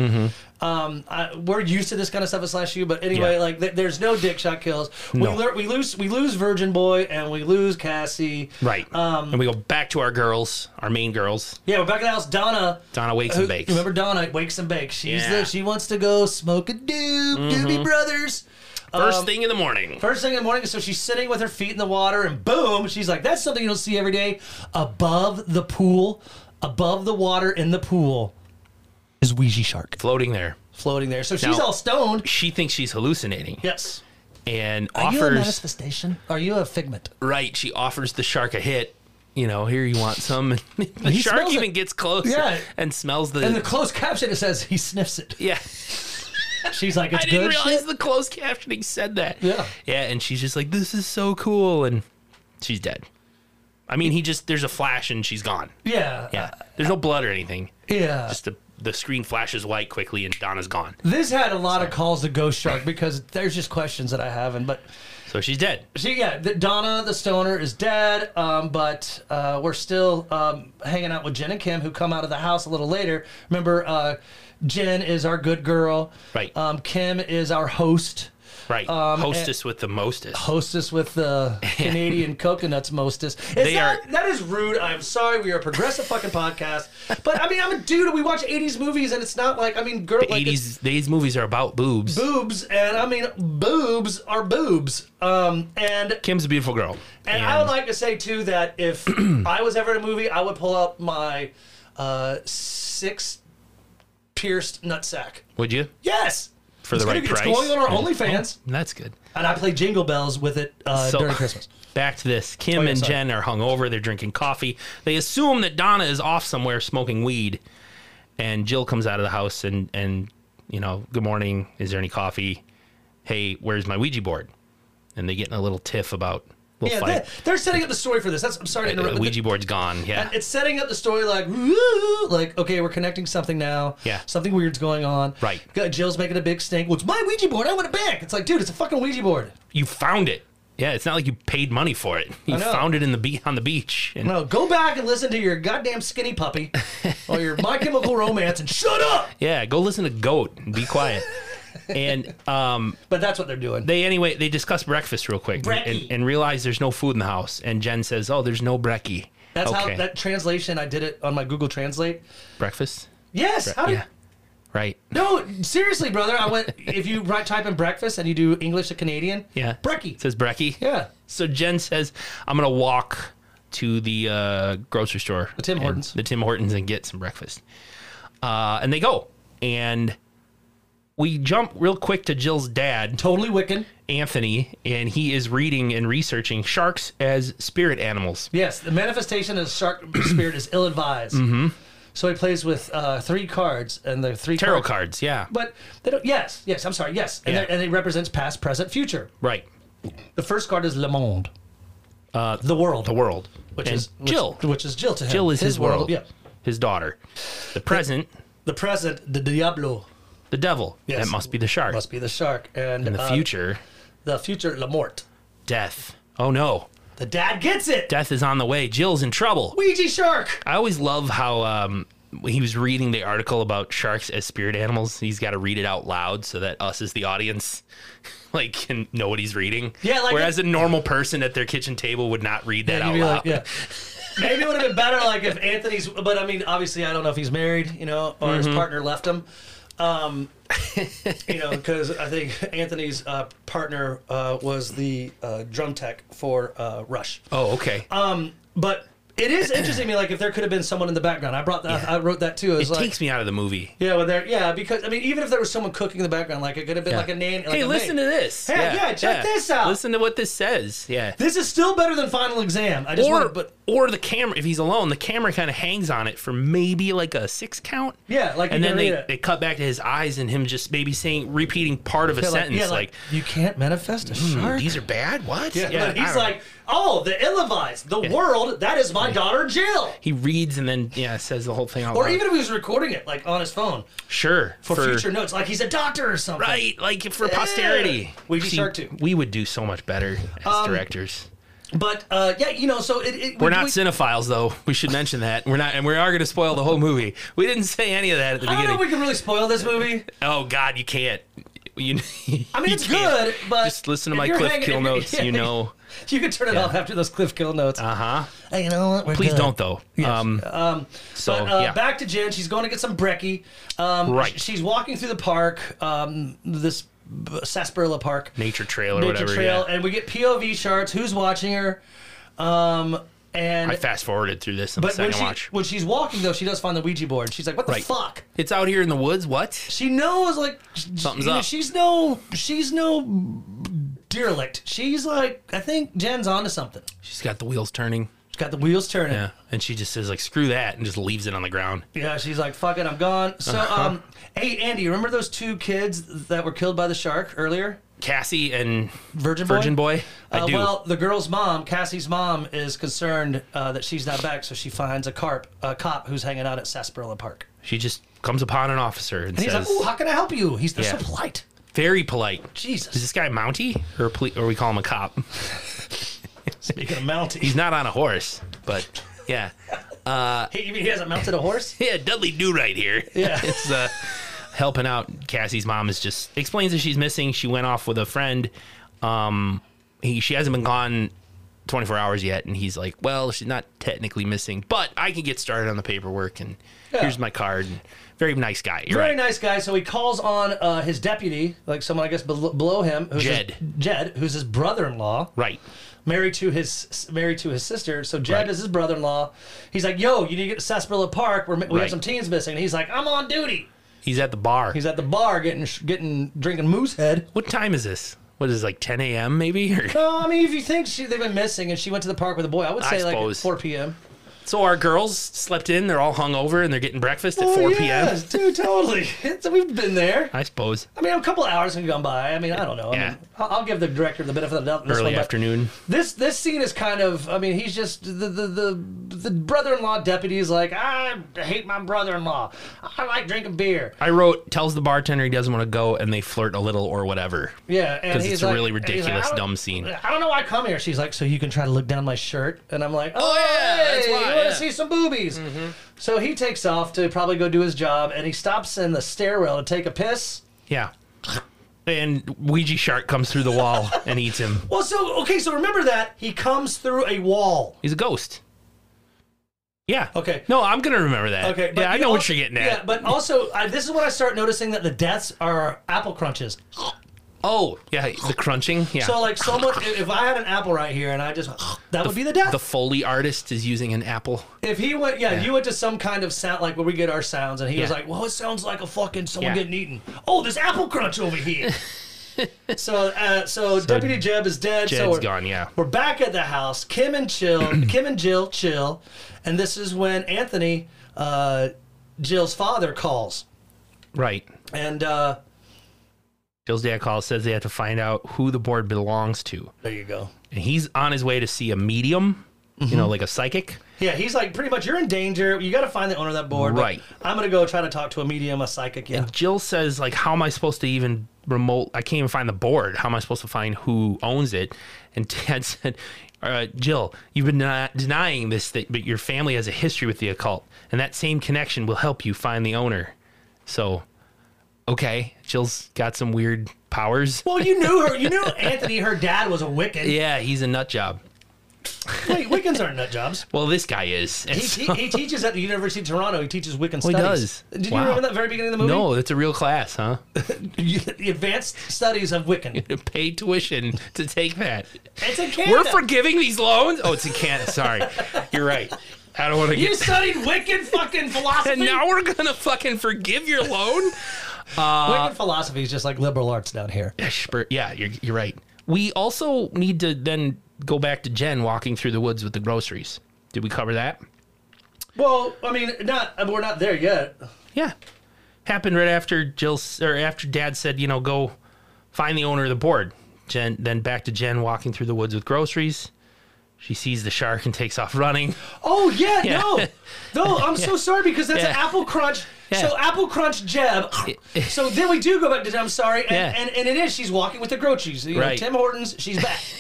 S1: Um, I, we're used to this kind of stuff at Slash U, but anyway,
S2: Yeah.
S1: like, th- there's no dick shot kills. We,
S2: No.
S1: lear- we lose we lose Virgin Boy and we lose Cassie.
S2: Right.
S1: Um,
S2: and we go back to our girls, our main girls.
S1: Yeah, we're back in the house. Donna.
S2: Donna wakes
S1: Who-
S2: and bakes.
S1: Remember Donna wakes and bakes. She's
S2: Yeah. Mm-hmm.
S1: the, she wants to go smoke a doob, doobie brothers.
S2: First
S1: Um,
S2: thing in the morning.
S1: First thing in the morning, so she's sitting with her feet in the water, and boom, she's like, "That's something you don't see every day." Above the pool, above the water in the pool, is Ouija shark
S2: floating there.
S1: floating there. So she's
S2: Now-
S1: all stoned.
S2: She thinks she's hallucinating
S1: Yes.
S2: and
S1: Are you a
S2: offers
S1: manifestation? Are you a figment?
S2: right. She offers the shark a hit. You know, here you want some. (laughs) And the
S1: He
S2: shark
S1: smells
S2: even
S1: it.
S2: gets close.
S1: Yeah.
S2: and smells the.
S1: In the closed caption, it says he sniffs it.
S2: (laughs) yeah,
S1: She's like, "It's
S2: I didn't
S1: good."
S2: realize
S1: shit.
S2: the closed captioning said that.
S1: Yeah.
S2: yeah, and she's just like, "This is so cool," and she's dead. I mean, he just there's a flash and she's gone.
S1: Yeah.
S2: Yeah, there's no blood or anything.
S1: Yeah.
S2: Just the the screen flashes white quickly and Donna's gone.
S1: This had a lot of calls to Ghost Shark because there's just questions that I have, and but
S2: So she's dead.
S1: she, yeah, the, Donna the stoner is dead, um, but uh, we're still um, hanging out with Jen and Kim, who come out of the house a little later. Remember, uh, Jen is our good girl,
S2: Right.
S1: Um, Kim is our host,
S2: Right,
S1: Um,
S2: hostess with the mostest.
S1: hostess with
S2: (laughs)
S1: the Canadian coconuts mostest. Is
S2: They
S1: that,
S2: are-
S1: that is rude. I'm sorry. We are a progressive fucking podcast, but I mean, I'm a dude. and We watch '80s movies, and it's not like I mean, girl, like, it's-
S2: Eighties these movies are about boobs.
S1: boobs, and I mean boobs are boobs. Um, and
S2: Kim's a beautiful girl.
S1: and I would like to say too that if I was ever in a movie, I would pull out my uh, six pierced nutsack.
S2: would you?
S1: Yes,
S2: For
S1: it's
S2: the
S1: gonna-
S2: right
S1: it's
S2: price?
S1: going on our
S2: Yeah.
S1: OnlyFans.
S2: Oh. That's good.
S1: And I play Jingle Bells with it uh,
S2: So-
S1: during Christmas.
S2: (laughs) Back to this. Kim
S1: Oh, yeah,
S2: and
S1: sorry.
S2: Jen are hungover. They're drinking coffee. They assume that Donna is off somewhere smoking weed. And Jill comes out of the house and, and you know, good morning. Is there any coffee? Hey, where's my Ouija board? And they get in a little tiff about little
S1: Yeah,
S2: fight.
S1: they, they're setting up the story for this. That's I'm sorry to interrupt.
S2: Uh,
S1: but
S2: Ouija board's gone. Yeah.
S1: it's setting up the story like, woo, like okay, we're connecting something now.
S2: Yeah.
S1: something weird's going on.
S2: Right.
S1: Got- Jill's making a big stink. Well, it's my Ouija board. I want it back. It's like, dude, it's a fucking Ouija board.
S2: you found it. Yeah, it's not like you paid money for it. You
S1: know.
S2: found it in the be- on the beach. And
S1: No, go back and listen to your goddamn skinny
S2: (laughs)
S1: puppy or your My Chemical Romance and shut up.
S2: yeah, go listen to Goat and
S1: (laughs)
S2: be quiet. and um,
S1: But that's what they're doing.
S2: they anyway they discuss breakfast real quick and,
S1: Brekkie.
S2: and, and realize there's no food in the house. And Jen says, "Oh, there's no brekkie."
S1: that's
S2: okay.
S1: how that translation. I did it on my Google Translate.
S2: breakfast.
S1: Yes. How did?
S2: Yeah, right.
S1: No, seriously, brother. I went. if you write, type in breakfast and you do English to Canadian,
S2: Yeah, It
S1: brekkie.
S2: says brekkie.
S1: Yeah.
S2: So Jen says, "I'm gonna walk to the uh, grocery store, the
S1: Tim Hortons.
S2: the Tim Hortons, and get some breakfast." Uh, and they go, and we jump real quick to Jill's dad,
S1: Totally Wiccan.
S2: Anthony, and he is reading and researching sharks as spirit animals.
S1: Yes, the manifestation of the shark (coughs) spirit is ill advised.
S2: Mm-hmm.
S1: So he plays with uh, three cards, and the three
S2: Tarot
S1: cards-
S2: cards, yeah,
S1: But they don't. Yes, yes. I'm sorry. Yes, and,
S2: Yeah.
S1: they're- and it represents past, present, future.
S2: right.
S1: The first card is Le Monde, uh, the world,
S2: The world,
S1: which
S2: And
S1: is which-
S2: Jill.
S1: which, is Jill to him.
S2: Jill is his, world.
S1: Yeah,
S2: his daughter, the present,
S1: the present, the Diablo,
S2: the devil.
S1: Yes.
S2: That must be the shark.
S1: must be the shark, and,
S2: In the
S1: uh,
S2: future,
S1: the future, La Mort.
S2: death. Oh no,
S1: The dad gets it.
S2: death is on the way. Jill's in trouble.
S1: Ouija shark.
S2: I always love how um, he was reading the article about sharks as spirit animals. He's got to read it out loud so that us as the audience, (laughs) like, can know what he's reading.
S1: Yeah, like-
S2: whereas a normal person at their kitchen table would not read that out
S1: You'd be
S2: loud.
S1: like, yeah. Maybe it would have been better, like if Anthony's. But I mean, obviously, I don't know if he's married, you know, or
S2: Mm-hmm.
S1: his partner left him.
S2: (laughs)
S1: Um, you know, because I think Anthony's uh, partner uh, was the uh, drum tech for uh, Rush.
S2: Oh, okay.
S1: Um, but it is interesting to me, like if there could have been someone in the background. I brought that. I wrote that too. I was
S2: it
S1: like,
S2: takes me out of the movie.
S1: yeah, when they're yeah, because I mean, even if there was someone cooking in the background, like it could have been like a nanny. Like
S2: hey,
S1: a
S2: listen
S1: maid.
S2: to this.
S1: Hey, yeah, check this out.
S2: Listen to what this says. Yeah.
S1: This is still better than final exam. I just
S2: or,
S1: wanted- but
S2: or the camera, if he's alone, the camera kind of hangs on it for maybe like a six count.
S1: yeah, like
S2: And
S1: you
S2: then
S1: can read
S2: they,
S1: it.
S2: they cut back to his eyes and him just maybe saying, repeating part of a
S1: Yeah,
S2: sentence.
S1: yeah,
S2: like,
S1: you can't manifest a
S2: "Ooh, (laughs)
S1: shark.
S2: these are bad. What?
S1: Yeah, but
S2: I
S1: he's
S2: don't know.
S1: like, oh, the Illivites, the world. That is my daughter Jill.
S2: he reads and then yeah says the whole thing out
S1: Or
S2: loud.
S1: even if he was recording it, like on his phone
S2: sure
S1: for, future notes, like he's a doctor or something.
S2: right like for posterity.
S1: We'd be
S2: See,
S1: shark too. Um,
S2: We would do so much better as directors.
S1: But uh, yeah, you know, so it, it,
S2: We're not cinephiles though. We should mention that we're not, and we are going to spoil the whole movie. We didn't say any of that at the
S1: I don't know
S2: beginning.
S1: if we can really spoil this movie.
S2: oh God, you can't. You, (laughs)
S1: I mean,
S2: you
S1: it's
S2: can't.
S1: good, but
S2: Just listen to
S1: if
S2: my
S1: you're
S2: Cliff
S1: hanging-
S2: Kill
S1: if you're-
S2: notes. You know.
S1: (laughs) you can turn it off after those Cliff Kill notes.
S2: Uh huh.
S1: Hey, you know what? We're
S2: Please
S1: good.
S2: don't though. Um.
S1: Um,
S2: So
S1: but, uh,
S2: yeah.
S1: back to Jen. She's going to get some brekkie. Um,
S2: Right.
S1: sh- She's walking through the park, um, this b- sarsaparilla park,
S2: Nature trail or
S1: nature
S2: whatever.
S1: trail,
S2: yeah.
S1: and we get POV charts. Who's watching her? Um, and
S2: I fast forwarded through this in the
S1: but when
S2: second
S1: she
S2: watch.
S1: when she's walking though, she does find the Ouija board. She's like, "What the
S2: Right.
S1: fuck?"
S2: It's out here in the woods. What?
S1: She knows like sh-
S2: Something's
S1: you know,
S2: up.
S1: She's no she's no derelict. She's like I think Jen's onto something.
S2: She's got the wheels turning.
S1: She's got the wheels turning.
S2: Yeah, and she just says like "screw that" and just leaves it on the ground.
S1: Yeah, she's like, "Fuck it, I'm gone." So,
S2: Uh-huh.
S1: um, hey, Andy, remember those two kids that were killed by the shark earlier?
S2: Cassie and
S1: Virgin boy.
S2: Virgin Boy. I
S1: Uh,
S2: do.
S1: Well, the girl's mom, Cassie's mom, is concerned uh, that she's not back, so she finds a carp, a cop who's hanging out at Sarsaparilla Park.
S2: she just comes upon an officer and,
S1: And he's
S2: says,
S1: like, "Ooh, how can I help you?" He's they're
S2: Yeah.
S1: so polite.
S2: "Very polite." Is (laughs)
S1: Jesus,
S2: this guy a Mountie or a poli- or we call him a cop?
S1: speaking of mounting,
S2: He's not on a horse, but yeah,
S1: he, he hasn't mounted a horse.
S2: (laughs) yeah. Dudley Do Right here.
S1: (laughs) Yeah.
S2: (laughs) it's uh, helping out. Cassie's mom is just explains that she's missing. She went off with a friend. Um, he she hasn't been gone. 24 hours yet and he's like well she's not technically missing but i can get started on the paperwork and
S1: Yeah.
S2: here's my card and very nice guy you're
S1: Very
S2: right
S1: nice guy. So he calls on uh, his deputy, like someone I guess bel- below him, who's his-
S2: Jed.
S1: Jed, who's his brother-in-law.
S2: right
S1: married to his married to his sister. So Jed
S2: Right.
S1: is his brother-in-law. He's like, "Yo, you need to get to Sarsaparilla Park. We're, we have
S2: Right.
S1: some teens missing." And he's like, "I'm on duty."
S2: He's at the bar.
S1: He's at the bar getting getting drinking moose head.
S2: what time is this? what is it, like 10 a.m. maybe? (laughs) Or-
S1: No, I mean, if you think she, they've been missing and she went to the park with a boy, I would
S2: I
S1: say like at
S2: suppose.
S1: 4 p.m.
S2: so our girls slept in. They're all hungover and they're getting breakfast at
S1: Oh,
S2: 4
S1: yeah,
S2: p.m.
S1: Dude, totally. (laughs) It's, we've been there.
S2: I suppose
S1: I mean, a couple hours can gone by. I mean, I don't know. I
S2: Yeah.
S1: mean, I'll I'll give the director the benefit of the doubt. in This
S2: early
S1: one, but
S2: afternoon.
S1: This this scene is kind of. I mean, he's just the the the, the brother-in-law deputy is like, I hate my brother-in-law. I like drinking beer.
S2: I wrote tells the bartender he doesn't want to go and they flirt a little or whatever.
S1: Yeah, and
S2: 'Cause
S1: he's
S2: it's a
S1: like,
S2: really
S1: and he's like,
S2: ridiculous,
S1: "I don't-
S2: dumb scene.
S1: I don't know why I come here. She's like, so you can try to look down my shirt, and I'm like, oh,
S2: yeah,
S1: hey,
S2: that's why,
S1: you want
S2: yeah." Mm-hmm.
S1: to see some boobies? So he takes off to probably go do his job, and he stops in the stairwell to take a piss.
S2: Yeah. And Ouija shark comes through
S1: (laughs)
S2: the wall and eats him.
S1: Well, so okay, so remember that he comes through a wall.
S2: He's a ghost. Yeah.
S1: Okay.
S2: No, I'm gonna remember that.
S1: Okay,
S2: Yeah, I
S1: you
S2: know what
S1: also-
S2: you're getting at.
S1: Yeah, but also I, this is when I start noticing that the deaths are apple crunches.
S2: oh, yeah, the crunching. Yeah.
S1: So like someone, if I had an apple right here and I just that would be the death.
S2: the Foley artist is using an apple.
S1: If he went, yeah, you went to some kind of sound like where we get our sounds, and he was
S2: Yeah.
S1: like, "Well, it sounds like a fucking someone
S2: Yeah.
S1: getting eaten." Oh, there's apple crunch over
S2: (laughs)
S1: here. so, uh, so, Deputy Jeb is dead. so
S2: Jed's
S1: we're,
S2: gone, yeah.
S1: We're back at the house. Kim and
S2: (clears throat)
S1: Chill, Kim and Jill chill, and this is when Anthony, uh, Jill's father, calls,
S2: Right.
S1: and uh,
S2: Jill's dad calls, says they have to find out who the board belongs to.
S1: there you go.
S2: And he's on his way to see a medium, you
S1: Mm-hmm.
S2: know, like a psychic.
S1: Yeah, he's like pretty much you're in danger. You got to find the owner of that board. but
S2: Right.
S1: I'm gonna go try to talk to a medium, a psychic. Yeah.
S2: Jill says, like, how am I supposed to even remote? I can't even find the board. How am I supposed to find who owns it? And (laughs) Dad said, uh, Jill, you've been not denying this, that, but your family has a history with the occult, and that same connection will help you find the owner. So, okay, Jill's got some weird powers.
S1: Well, you knew her. You knew Anthony. Her dad was a Wiccan.
S2: Yeah, he's a nut job.
S1: Wait, Wiccans aren't nut jobs.
S2: Well, this guy is. And
S1: He,
S2: so- Oh,
S1: he, he teaches at the University of Toronto. He teaches Wiccan
S2: he
S1: studies.
S2: does.
S1: Did
S2: Wow.
S1: you remember that very beginning of the movie?
S2: no, that's a real class, huh? (laughs)
S1: the advanced studies of Wiccan.
S2: Pay tuition to take that.
S1: It's in Canada.
S2: We're forgiving these loans? Oh, it's in Canada. Sorry. You're right. I don't want to
S1: you
S2: get.
S1: studied Wiccan fucking philosophy.
S2: (laughs) And now we're going to fucking forgive your (laughs) loan?
S1: Wiccan philosophy is just like liberal arts down here.
S2: Esper- yeah, you're, you're right. We also need to then go back to Jen walking through the woods with the groceries. Did we cover that?
S1: Well, I mean, not I mean, we're not there yet.
S2: Yeah. Happened right after Jill s- or after dad said, you know, go find the owner of the board. Jen then back to Jen walking through the woods with groceries. She sees the shark and takes off running.
S1: Oh yeah,
S2: Yeah.
S1: no,
S2: (laughs)
S1: no. I'm so sorry because that's an
S2: Yeah.
S1: apple crunch.
S2: Yeah.
S1: So apple crunch
S2: (laughs)
S1: Jeb. so then we do go back to I'm sorry, and,
S2: Yeah.
S1: and, and it is she's walking with the groceries. You know,
S2: Right.
S1: Tim Hortons, she's back. (laughs)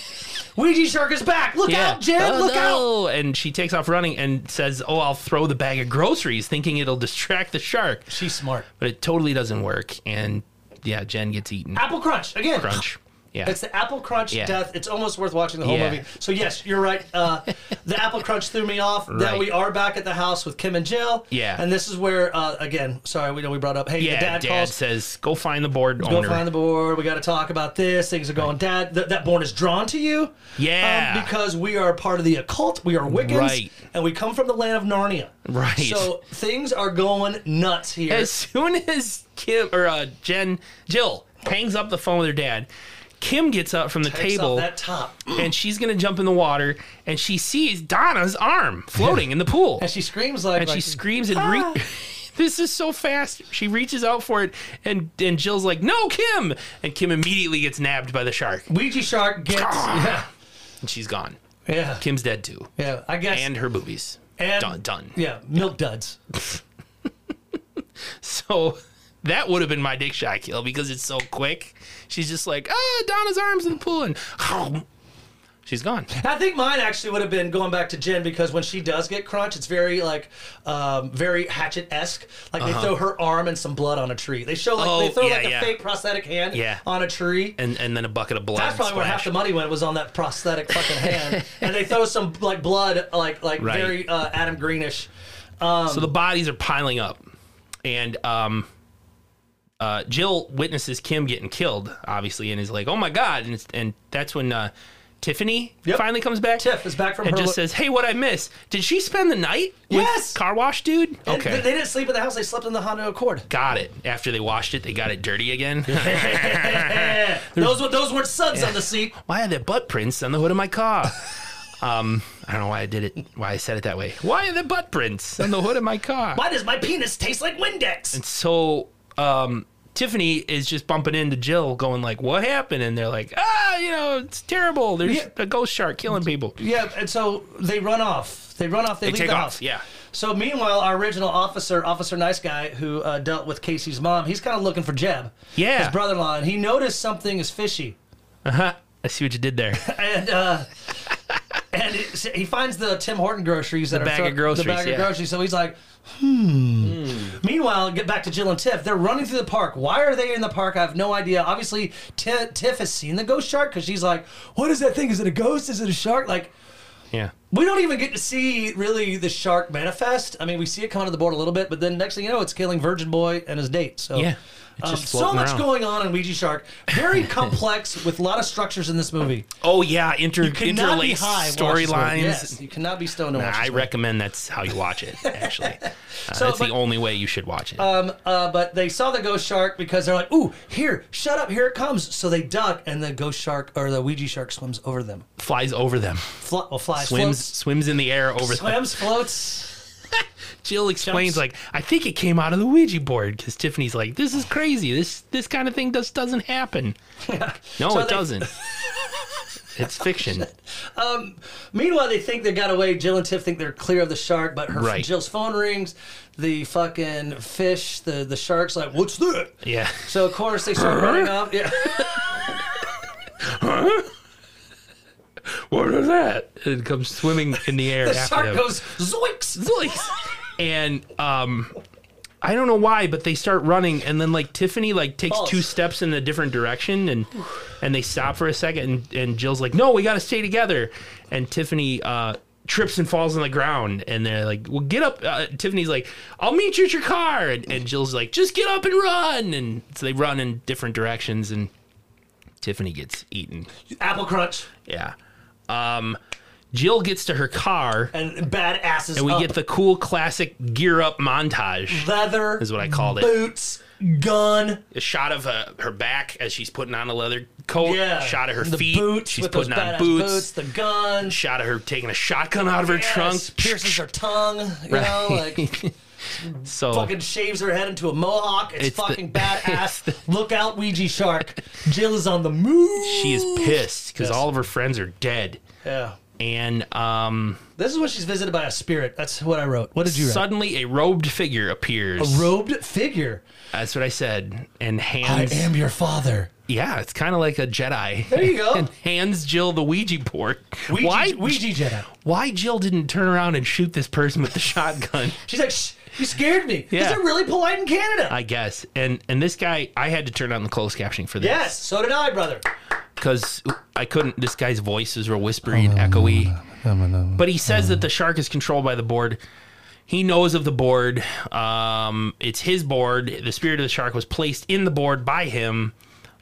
S1: Ouija Shark is back. Look out, Jeb!
S2: Oh,
S1: look out!
S2: no. And she takes off running and says, "Oh, I'll throw the bag of groceries, thinking it'll distract the shark."
S1: She's smart.
S2: But it totally doesn't work, and yeah, Jen gets eaten.
S1: Apple Crunch again.
S2: Crunch. Yeah.
S1: It's the Apple Crunch
S2: Yeah.
S1: death. It's almost worth watching the whole
S2: Yeah.
S1: movie. So yes, you're right. Uh, the Apple Crunch threw me off. Now
S2: Right.
S1: we are back at the house with Kim and Jill.
S2: Yeah.
S1: And this is where uh, again, sorry, we know we brought up. Hey,
S2: yeah.
S1: the
S2: Dad,
S1: dad, calls.
S2: says, "Go find the board
S1: Go
S2: owner."
S1: find the board. We got to talk about this. Things are going. Dad, th- that board is drawn to you. um,
S2: Yeah.
S1: because we are part of the occult. We are Wiccans.
S2: Right.
S1: And we come from the land of Narnia.
S2: Right.
S1: So things are going nuts here.
S2: as soon as Kim or uh, Jen Jill hangs up the phone with her dad, Kim gets up from the
S1: Takes off
S2: table
S1: That (clears throat) top.
S2: and she's gonna jump in the water, and she sees Donna's
S1: (laughs)
S2: arm floating in the pool.
S1: And she screams like.
S2: and she
S1: like, "Ah."
S2: screams and re- (laughs) this is so fast she reaches out for it and and jill's like no kim and kim immediately gets nabbed by the shark
S1: Ouija shark gets. (laughs) yeah.
S2: and she's gone
S1: Yeah.
S2: kim's dead too
S1: Yeah. I guess.
S2: and her boobies
S1: And-
S2: done done (laughs)
S1: Yeah. Milk duds.
S2: so that would have been my dick shot kill because it's so quick she's just like ah donna's arms in the pool and (laughs) she's gone
S1: I think mine actually would have been going back to Jen because when she does get crunch, it's very like um, very hatchet esque. Like they throw her arm and some blood on a tree. They show like they
S2: Uh-huh. Oh,
S1: throw
S2: yeah,
S1: like a
S2: yeah.
S1: fake prosthetic hand
S2: Yeah.
S1: on a tree.
S2: and and then a bucket of blood
S1: That's probably where half
S2: splashed.
S1: the money went was on that prosthetic fucking
S2: (laughs)
S1: hand. and they throw some like blood, like like
S2: Right.
S1: very uh, Adam Greenish.
S2: So the bodies are piling up, and um, uh, Jill witnesses Kim getting killed, obviously, and is like, "Oh my god!" And it's, and that's when uh, Tiffany
S1: Yep.
S2: finally comes back.
S1: Tiff is back from her
S2: and just
S1: lo-
S2: says, "Hey, what I miss? Did she spend the night? with
S1: Yes!
S2: car wash dude.
S1: And
S2: Okay,
S1: They, they didn't sleep in the house. They slept in the Honda
S2: (laughs)
S1: Accord.
S2: got it. After they washed it, they got it dirty
S1: (laughs)
S2: again. (laughs)
S1: Eh, those were- those weren't suds on the seat.
S2: why are there butt prints on the hood of my car? um, I don't know why I did it. Why I said it that way. Why are there butt prints on the hood of my car?
S1: Why does my penis taste like Windex?
S2: so um, Tiffany is just bumping into Jill, going like, "What happened?" And they're like, "Ah, you know, it's terrible. There's
S1: Yeah.
S2: a ghost shark killing people."
S1: Yeah, and so they run off. They run off. They, leave
S2: take
S1: the
S2: off,
S1: house.
S2: yeah.
S1: So meanwhile, our original officer, Officer Nice Guy, who uh, dealt with Casey's mom, he's kind of looking for Jeb,
S2: Yeah.
S1: his brother-in-law, and he noticed something is fishy,
S2: Uh huh. I see what you
S1: (laughs)
S2: did there.
S1: and uh, and it, he finds the Tim Horton groceries that are
S2: bag
S1: thrown-
S2: of groceries,
S1: The bag
S2: yeah.
S1: of groceries. So he's like, hmm. Meanwhile, get back to Jill and Tiff. They're running through the park. Why are they in the park? I have no idea. Obviously, Ti- Tiff has seen the ghost shark because she's like, "What is that thing? Is it a ghost? Is it a shark?" Like.
S2: Yeah.
S1: We don't even get to see really the shark manifest. I mean, we see it come onto the board a little bit, but then next thing you know, it's killing Virgin Boy and his date. So
S2: Yeah, it's
S1: um,
S2: just
S1: so
S2: floating
S1: much
S2: around.
S1: going on in Ouija Shark.
S2: (laughs)
S1: Very complex with a lot of structures in this movie.
S2: Oh yeah. Inter
S1: Cannot be
S2: interlaced
S1: high while watching this movie.
S2: storylines.
S1: Yes, you cannot be stoned. to watch
S2: I
S1: this movie.
S2: recommend that's how you watch it.
S1: (laughs)
S2: Actually, uh,
S1: So,
S2: that's
S1: but-
S2: the only way you should watch it.
S1: Um, uh, but they saw the ghost shark because they're like, "Ooh, here, shut up, here it comes!" So they duck, and the ghost shark or the Ouija shark swims over them.
S2: Flies over them.
S1: Fl- well, flies,
S2: Swims. Swims in the air over
S1: floats,
S2: them.
S1: swims, floats.
S2: Jill explains
S1: Jumps.
S2: like I think it came out of the Ouija board because Tiffany's like this is crazy this this kind of thing just
S1: (laughs)
S2: doesn't happen. no,
S1: So
S2: it
S1: they- (laughs)
S2: doesn't. it's fiction.
S1: Meanwhile, they think they got away. Jill and Tiff think they're clear of the shark, but her
S2: Right.
S1: Jill's phone rings. The fucking fish, the the shark's like, "What's that?"
S2: Yeah,
S1: So of course they start
S2: (laughs)
S1: running off. Yeah,
S2: what is that? It comes swimming in the air.
S1: the
S2: after
S1: shark
S2: them.
S1: goes zoinks.
S2: Zoinks. and um I don't know why, but they start running and then like Tiffany like takes
S1: Falls.
S2: two steps in a different direction and and they stop for a second and, and Jill's like, No, we gotta stay together and Tiffany uh trips and falls on the ground and they're like well get up uh, tiffany's like i'll meet you at your car and, and jill's like just get up and run and so they run in different directions and tiffany gets eaten
S1: Apple crunch
S2: yeah um jill gets to her car
S1: and bad asses.
S2: and we
S1: up.
S2: get the cool classic gear up montage.
S1: leather
S2: Is what I called it.
S1: Boots, gun.
S2: A shot of uh, her back as she's putting on a leather coat.
S1: Yeah,
S2: Shot of her
S1: the
S2: feet.
S1: Boots
S2: she's
S1: with those
S2: putting on
S1: badass
S2: boots.
S1: The gun.
S2: Shot of her taking a shotgun out of her
S1: Yes,
S2: trunk.
S1: pierces her tongue. You know,
S2: (laughs)
S1: like
S2: So
S1: fucking shaves her head into a mohawk. It's,
S2: (laughs) It's the-
S1: fucking badass. Look out, Ouija shark. Jill is on the move.
S2: she is pissed because
S1: Yes.
S2: all of her friends are dead.
S1: Yeah.
S2: And um,
S1: This is when she's visited by a spirit. That's what I wrote. What did you write?
S2: suddenly a robed figure appears.
S1: Robed figure.
S2: That's what I said. And
S1: I
S2: hands.
S1: am your father.
S2: Yeah, it's kind of like a Jedi.
S1: There you go.
S2: (laughs) and hands Jill the Ouija board.
S1: Ouija,
S2: Why?
S1: Ouija Jedi.
S2: Why Jill didn't turn around and shoot this person with the (laughs) shotgun?
S1: She's like, Shh, you scared me. Because
S2: Yeah.
S1: they're really polite in Canada.
S2: I guess. And and this guy, I had to turn on the closed captioning for this
S1: yes, so did I, brother.
S2: because I couldn't. This guy's voices were whispery and echoey. But he says that the shark is controlled by the board. He knows of the board. Um, it's his board. The spirit of the shark was placed in the board by him.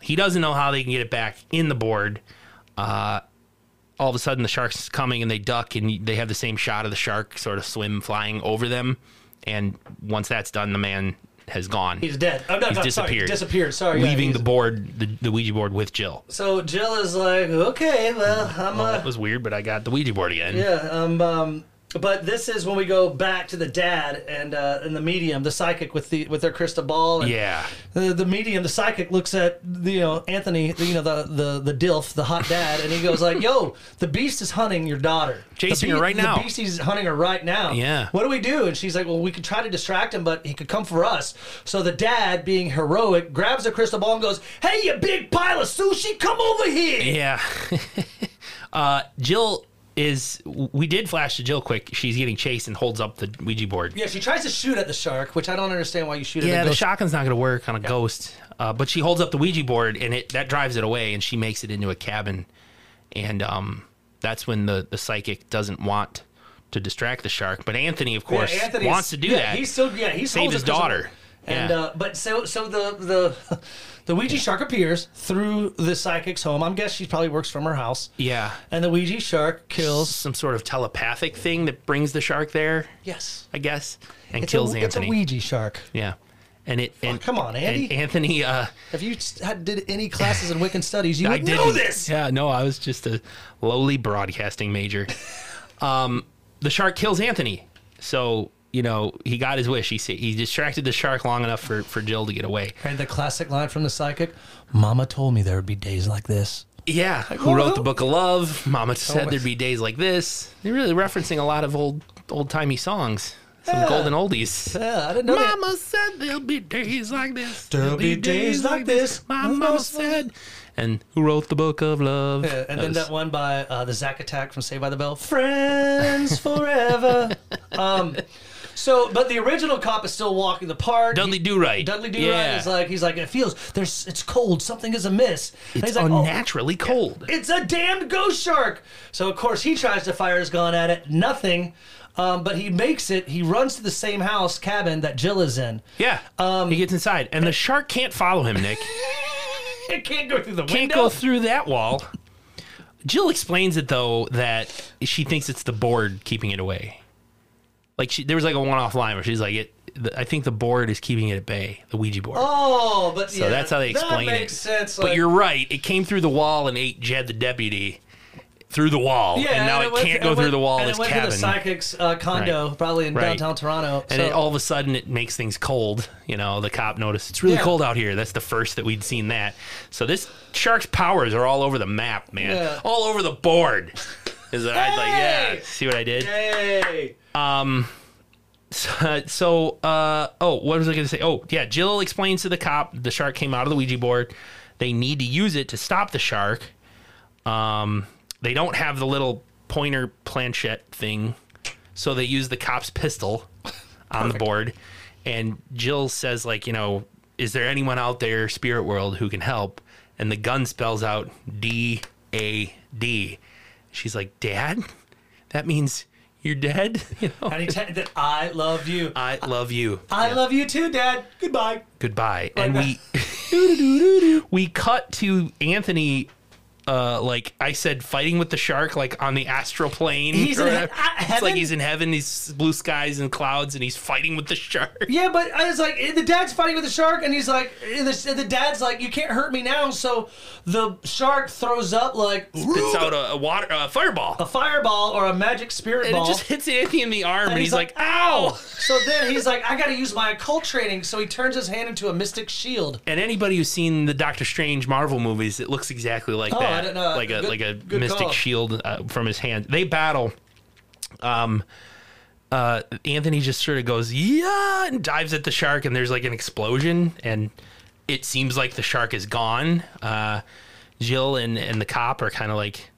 S2: He doesn't know how they can get it back in the board. Uh, all of a sudden, the shark's coming and they duck and they have the same shot of the shark sort of swim flying over them. And once that's done, the man has gone.
S1: He's dead. Oh, no,
S2: He's
S1: no, Sorry.
S2: disappeared.
S1: Disappeared. Sorry. yeah,
S2: leaving
S1: he's-
S2: the board, the, the Ouija board with Jill.
S1: So Jill is like, okay, well, I'm uh,
S2: That was weird, but I got the Ouija board again.
S1: yeah, um, um, but this is when we go back to the dad and uh, and the medium, the psychic with the with their crystal ball. And
S2: Yeah.
S1: the, the medium, the psychic, looks at the, you know Anthony, the, you know the, the the dilf, the hot dad, and he goes like, "Yo, the beast is hunting your daughter,
S2: Chasing
S1: The
S2: her right now."
S1: The beast is hunting her right now.
S2: Yeah.
S1: What do we do?" And she's like, "Well, we could try to distract him, but he could come for us." So the dad, being heroic, grabs the crystal ball and goes, "Hey, you big pile of sushi, come over here."
S2: Yeah. (laughs) uh, Jill is. We did flash to Jill quick. She's getting chased and holds up the Ouija board.
S1: Yeah, she tries to shoot at the shark, which I don't understand why you shoot
S2: Yeah,
S1: at
S2: the
S1: the, ghost.
S2: shotgun's not going to work on a ghost. Uh, but she holds up the Ouija board and it that drives it away, and she makes it into a cabin. And um, that's when the, the psychic doesn't want to distract the shark. But Anthony, of course,
S1: Anthony's-
S2: wants to do
S1: yeah,
S2: that.
S1: He's still yeah, he's
S2: Save his daughter.
S1: And
S2: Yeah.
S1: uh, but so so the the (laughs) the Ouija shark appears through the psychic's home. I'm guessing she probably works from her house.
S2: Yeah.
S1: And the Ouija shark kills.
S2: Some sort of telepathic thing that brings the shark there,
S1: Yes.
S2: I guess, and
S1: It's
S2: kills
S1: a, It's a
S2: Anthony.
S1: Ouija shark.
S2: yeah. And it and
S1: come on, Andy.
S2: and Anthony uh
S1: If you s- had, did any classes in Wiccan studies, you
S2: I
S1: would
S2: didn't
S1: know this.
S2: Yeah, no, I was just a lowly broadcasting
S1: (laughs)
S2: major. um, the shark kills Anthony, so you know he got his wish. He sa- he distracted the shark long enough for for Jill to get away.
S1: And the classic line from the psychic, "Mama told me there would be days like this."
S2: Yeah, who wrote the
S1: who-
S2: book of love? Mama said
S1: Oh my-
S2: there'd be days like this. They're really referencing a lot of old old timey songs, some
S1: Yeah.
S2: golden oldies.
S1: Yeah, I didn't know that.
S2: Mama said there'll be days like this.
S1: There'll be days like this.
S2: My
S1: Mama
S2: mama
S1: said-
S2: said. And who wrote the book of love?
S1: Yeah, (laughs) and then
S2: was-
S1: that one by uh, the Zack Attack from Saved by the Bell,
S2: (laughs)
S1: "Friends Forever." um, so, but the original cop is still walking the park.
S2: Dudley
S1: He-
S2: Do Right.
S1: Dudley Do Right is like he's like it feels there's it's cold something is amiss. And
S2: It's
S1: he's like, "Oh,
S2: unnaturally cold.
S1: It's a damned ghost shark. So of course he tries to fire his gun at it, nothing. Um, but he makes it. He runs to the same house cabin that Jill is
S2: (laughs)
S1: in.
S2: Yeah.
S1: Um,
S2: he gets inside, and the shark can't follow
S1: (laughs)
S2: him, Nick.
S1: It can't go through the
S2: Can't
S1: window.
S2: go through that wall. Jill explains it, though, that she thinks it's the board keeping it away. Like, she, there was like a one off line where she's like, it, the, I think the board is keeping it at bay, the Ouija board.
S1: oh, but
S2: so that's how they explain
S1: that makes
S2: it.
S1: Sense.
S2: but
S1: like-
S2: you're right. It came through the wall and ate Jed the deputy through the wall. and now it,
S1: went
S2: can't
S1: to-
S2: go
S1: it
S2: through
S1: went-
S2: the wall
S1: And it
S2: of his
S1: went to
S2: cabin.
S1: the psychic's uh, condo, probably in
S2: Right.
S1: downtown Toronto.
S2: And
S1: so,
S2: it, all of a sudden, it makes things cold. You know, the cop noticed it's really
S1: Yeah.
S2: cold out here. That's the first that we'd seen that. So this shark's powers are all over the map, man.
S1: Yeah.
S2: All over the board. Is that I'd like,
S1: Hey!
S2: yeah. See what I did?
S1: Yay!
S2: So, so, uh, oh, what was I going to say? Oh, yeah. Jill explains to the cop the shark came out of the Ouija board. They need to use it to stop the shark. Um, they don't have the little pointer planchette thing, so they use the cop's pistol on the board. And Jill says, like, you know, is there anyone out there, spirit world, who can help? And the gun spells out D A D. She's like, Dad, that means you're dead. (laughs) You know,
S1: And he te- that I love you.
S2: I love you.
S1: I love you too, Dad. Goodbye.
S2: goodbye and we (laughs) we cut to anthony uh like i said fighting with the shark like on the astral plane
S1: He's in
S2: or
S1: he-
S2: whatever.
S1: uh,
S2: (laughs) it's like
S1: heaven?
S2: he's in heaven these blue skies and clouds and he's fighting with the shark
S1: Yeah, but I was like, eh, the dad's fighting with the shark, and he's like, and the, the dad's like, you can't hurt me now. So the shark throws up like
S2: it's out a, a water a fireball
S1: a fireball or a magic spirit
S2: and it
S1: ball.
S2: just hits anthony in the arm and, he's, like, ow
S1: (laughs) So then he's like, I got to use my occult training. So he turns his hand into a mystic shield.
S2: and anybody who's seen the Doctor Strange Marvel movies, it looks exactly like
S1: Oh, I
S2: that,
S1: didn't know that.
S2: like a
S1: Good-
S2: like a
S1: good
S2: mystic
S1: call.
S2: shield uh, from his hand. They battle. Um, uh, Anthony just sort of goes yeah and dives at the shark, and there's like an explosion, and it seems like the shark is gone. Uh, Jill and and the cop are kind of like,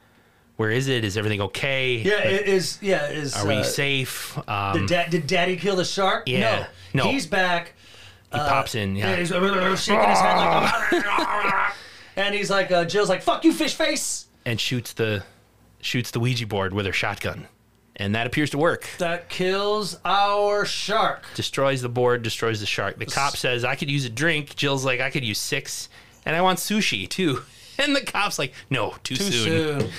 S2: where is it? Is everything okay?
S1: Yeah, it is. Yeah, it is.
S2: Are we
S1: uh,
S2: safe? Um,
S1: Did, da- did Daddy kill the shark?
S2: Yeah.
S1: No.
S2: No.
S1: He's back.
S2: he pops in.
S1: uh, Yeah.
S2: Yeah.
S1: He's (laughs) shaking his head
S2: (laughs)
S1: like, and he's like, uh, Jill's like, fuck you, fish face.
S2: and shoots the shoots the Ouija board with her shotgun, and that appears to work.
S1: That kills our shark.
S2: Destroys the board, destroys the shark. The cop says, "I could use a drink." Jill's like, "I could use six, and I want sushi too." (laughs) And the cop's like, "No, too,
S1: Too
S2: soon.
S1: soon.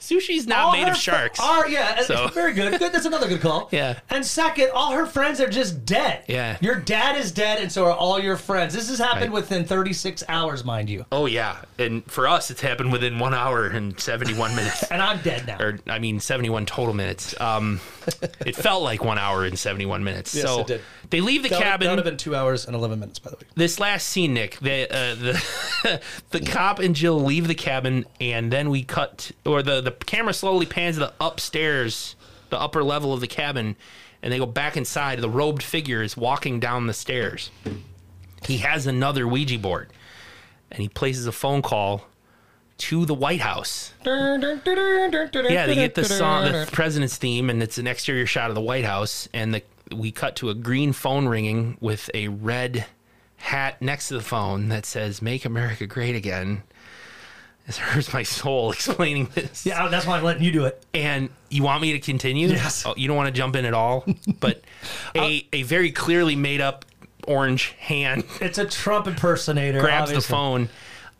S2: Sushi's not
S1: All
S2: made
S1: her
S2: of
S1: fr-
S2: sharks."
S1: Are, yeah,
S2: So-
S1: very good. good. That's another good call.
S2: Yeah.
S1: And second, all her friends are just dead.
S2: Yeah.
S1: Your dad is dead, and so are all your friends. This has happened
S2: Right.
S1: within 36 hours, mind you.
S2: oh yeah, and for us, it's happened within one hour and seventy-one
S1: (laughs)
S2: minutes.
S1: And I'm dead now.
S2: Or I mean, seventy-one total minutes. Um, it felt like one hour and seventy-one minutes. so
S1: it did.
S2: they leave the
S1: That would-
S2: cabin.
S1: That would have been two hours and 11 minutes, by the way.
S2: this last scene, Nick, the uh, the (laughs) the cop and Jill leave the cabin, and then we cut, or the the camera slowly pans to the upstairs, the upper level of the cabin, and they go back inside. The robed figure is walking down the stairs. He has another Ouija board, and he places a phone call to the White House. Yeah,
S1: Yeah,
S2: they get the song, the president's theme, and it's an exterior shot of the White House, and the we cut to a green phone ringing with a red hat next to the phone that says "Make America Great Again." This hurts my soul (laughs) explaining this.
S1: Yeah, that's why I'm letting you do it.
S2: And you want me to continue?
S1: Yes. (laughs) Oh.
S2: Oh, you don't want to jump in at all, but a a very clearly made up orange
S1: (laughs)
S2: hand
S1: It's a Trump impersonator.
S2: grabs the
S1: obviously.
S2: phone,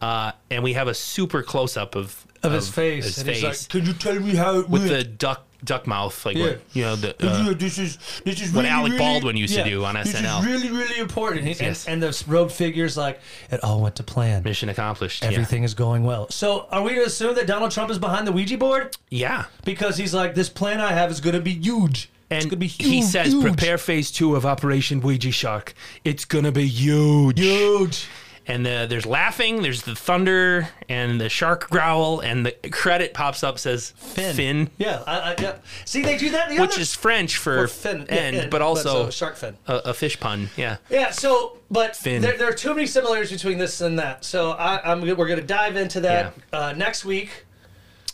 S2: uh, and we have a super close up of
S1: of his face.
S2: his
S1: and he's
S2: face.
S1: like, "Can you tell me how it
S2: with
S1: went?
S2: the duck duck mouth, like
S1: Yeah.
S2: what, you know the. uh,
S1: yeah, this is this is
S2: what
S1: really,
S2: Alec
S1: really-
S2: Baldwin used to do on
S1: This
S2: SNL.
S1: is really really important. And,
S2: Yes.
S1: and, the robe figures like it all went to plan.
S2: Mission accomplished. yeah.
S1: Everything is going well. So are we to assume that Donald Trump is behind the Ouija board
S2: Yeah.
S1: because he's like, this plan I have is going to be huge. it's
S2: And
S1: gonna be huge,
S2: he says,
S1: huge,
S2: prepare phase two of Operation Ouija Shark. It's going to be huge.
S1: huge.
S2: And the, there's laughing, there's the thunder, and the shark growl, and the credit pops up says Finn,
S1: Yeah, I, I, yeah. See, they do that. in The
S2: which
S1: other-
S2: is French for,
S1: Or fin, yeah,
S2: end,
S1: yeah,
S2: but also
S1: so shark fin.
S2: a, a fish pun. Yeah.
S1: Yeah, so but
S2: Finn.
S1: there, there are too many similarities between this and that. So I, I'm we're gonna dive into that uh, next week.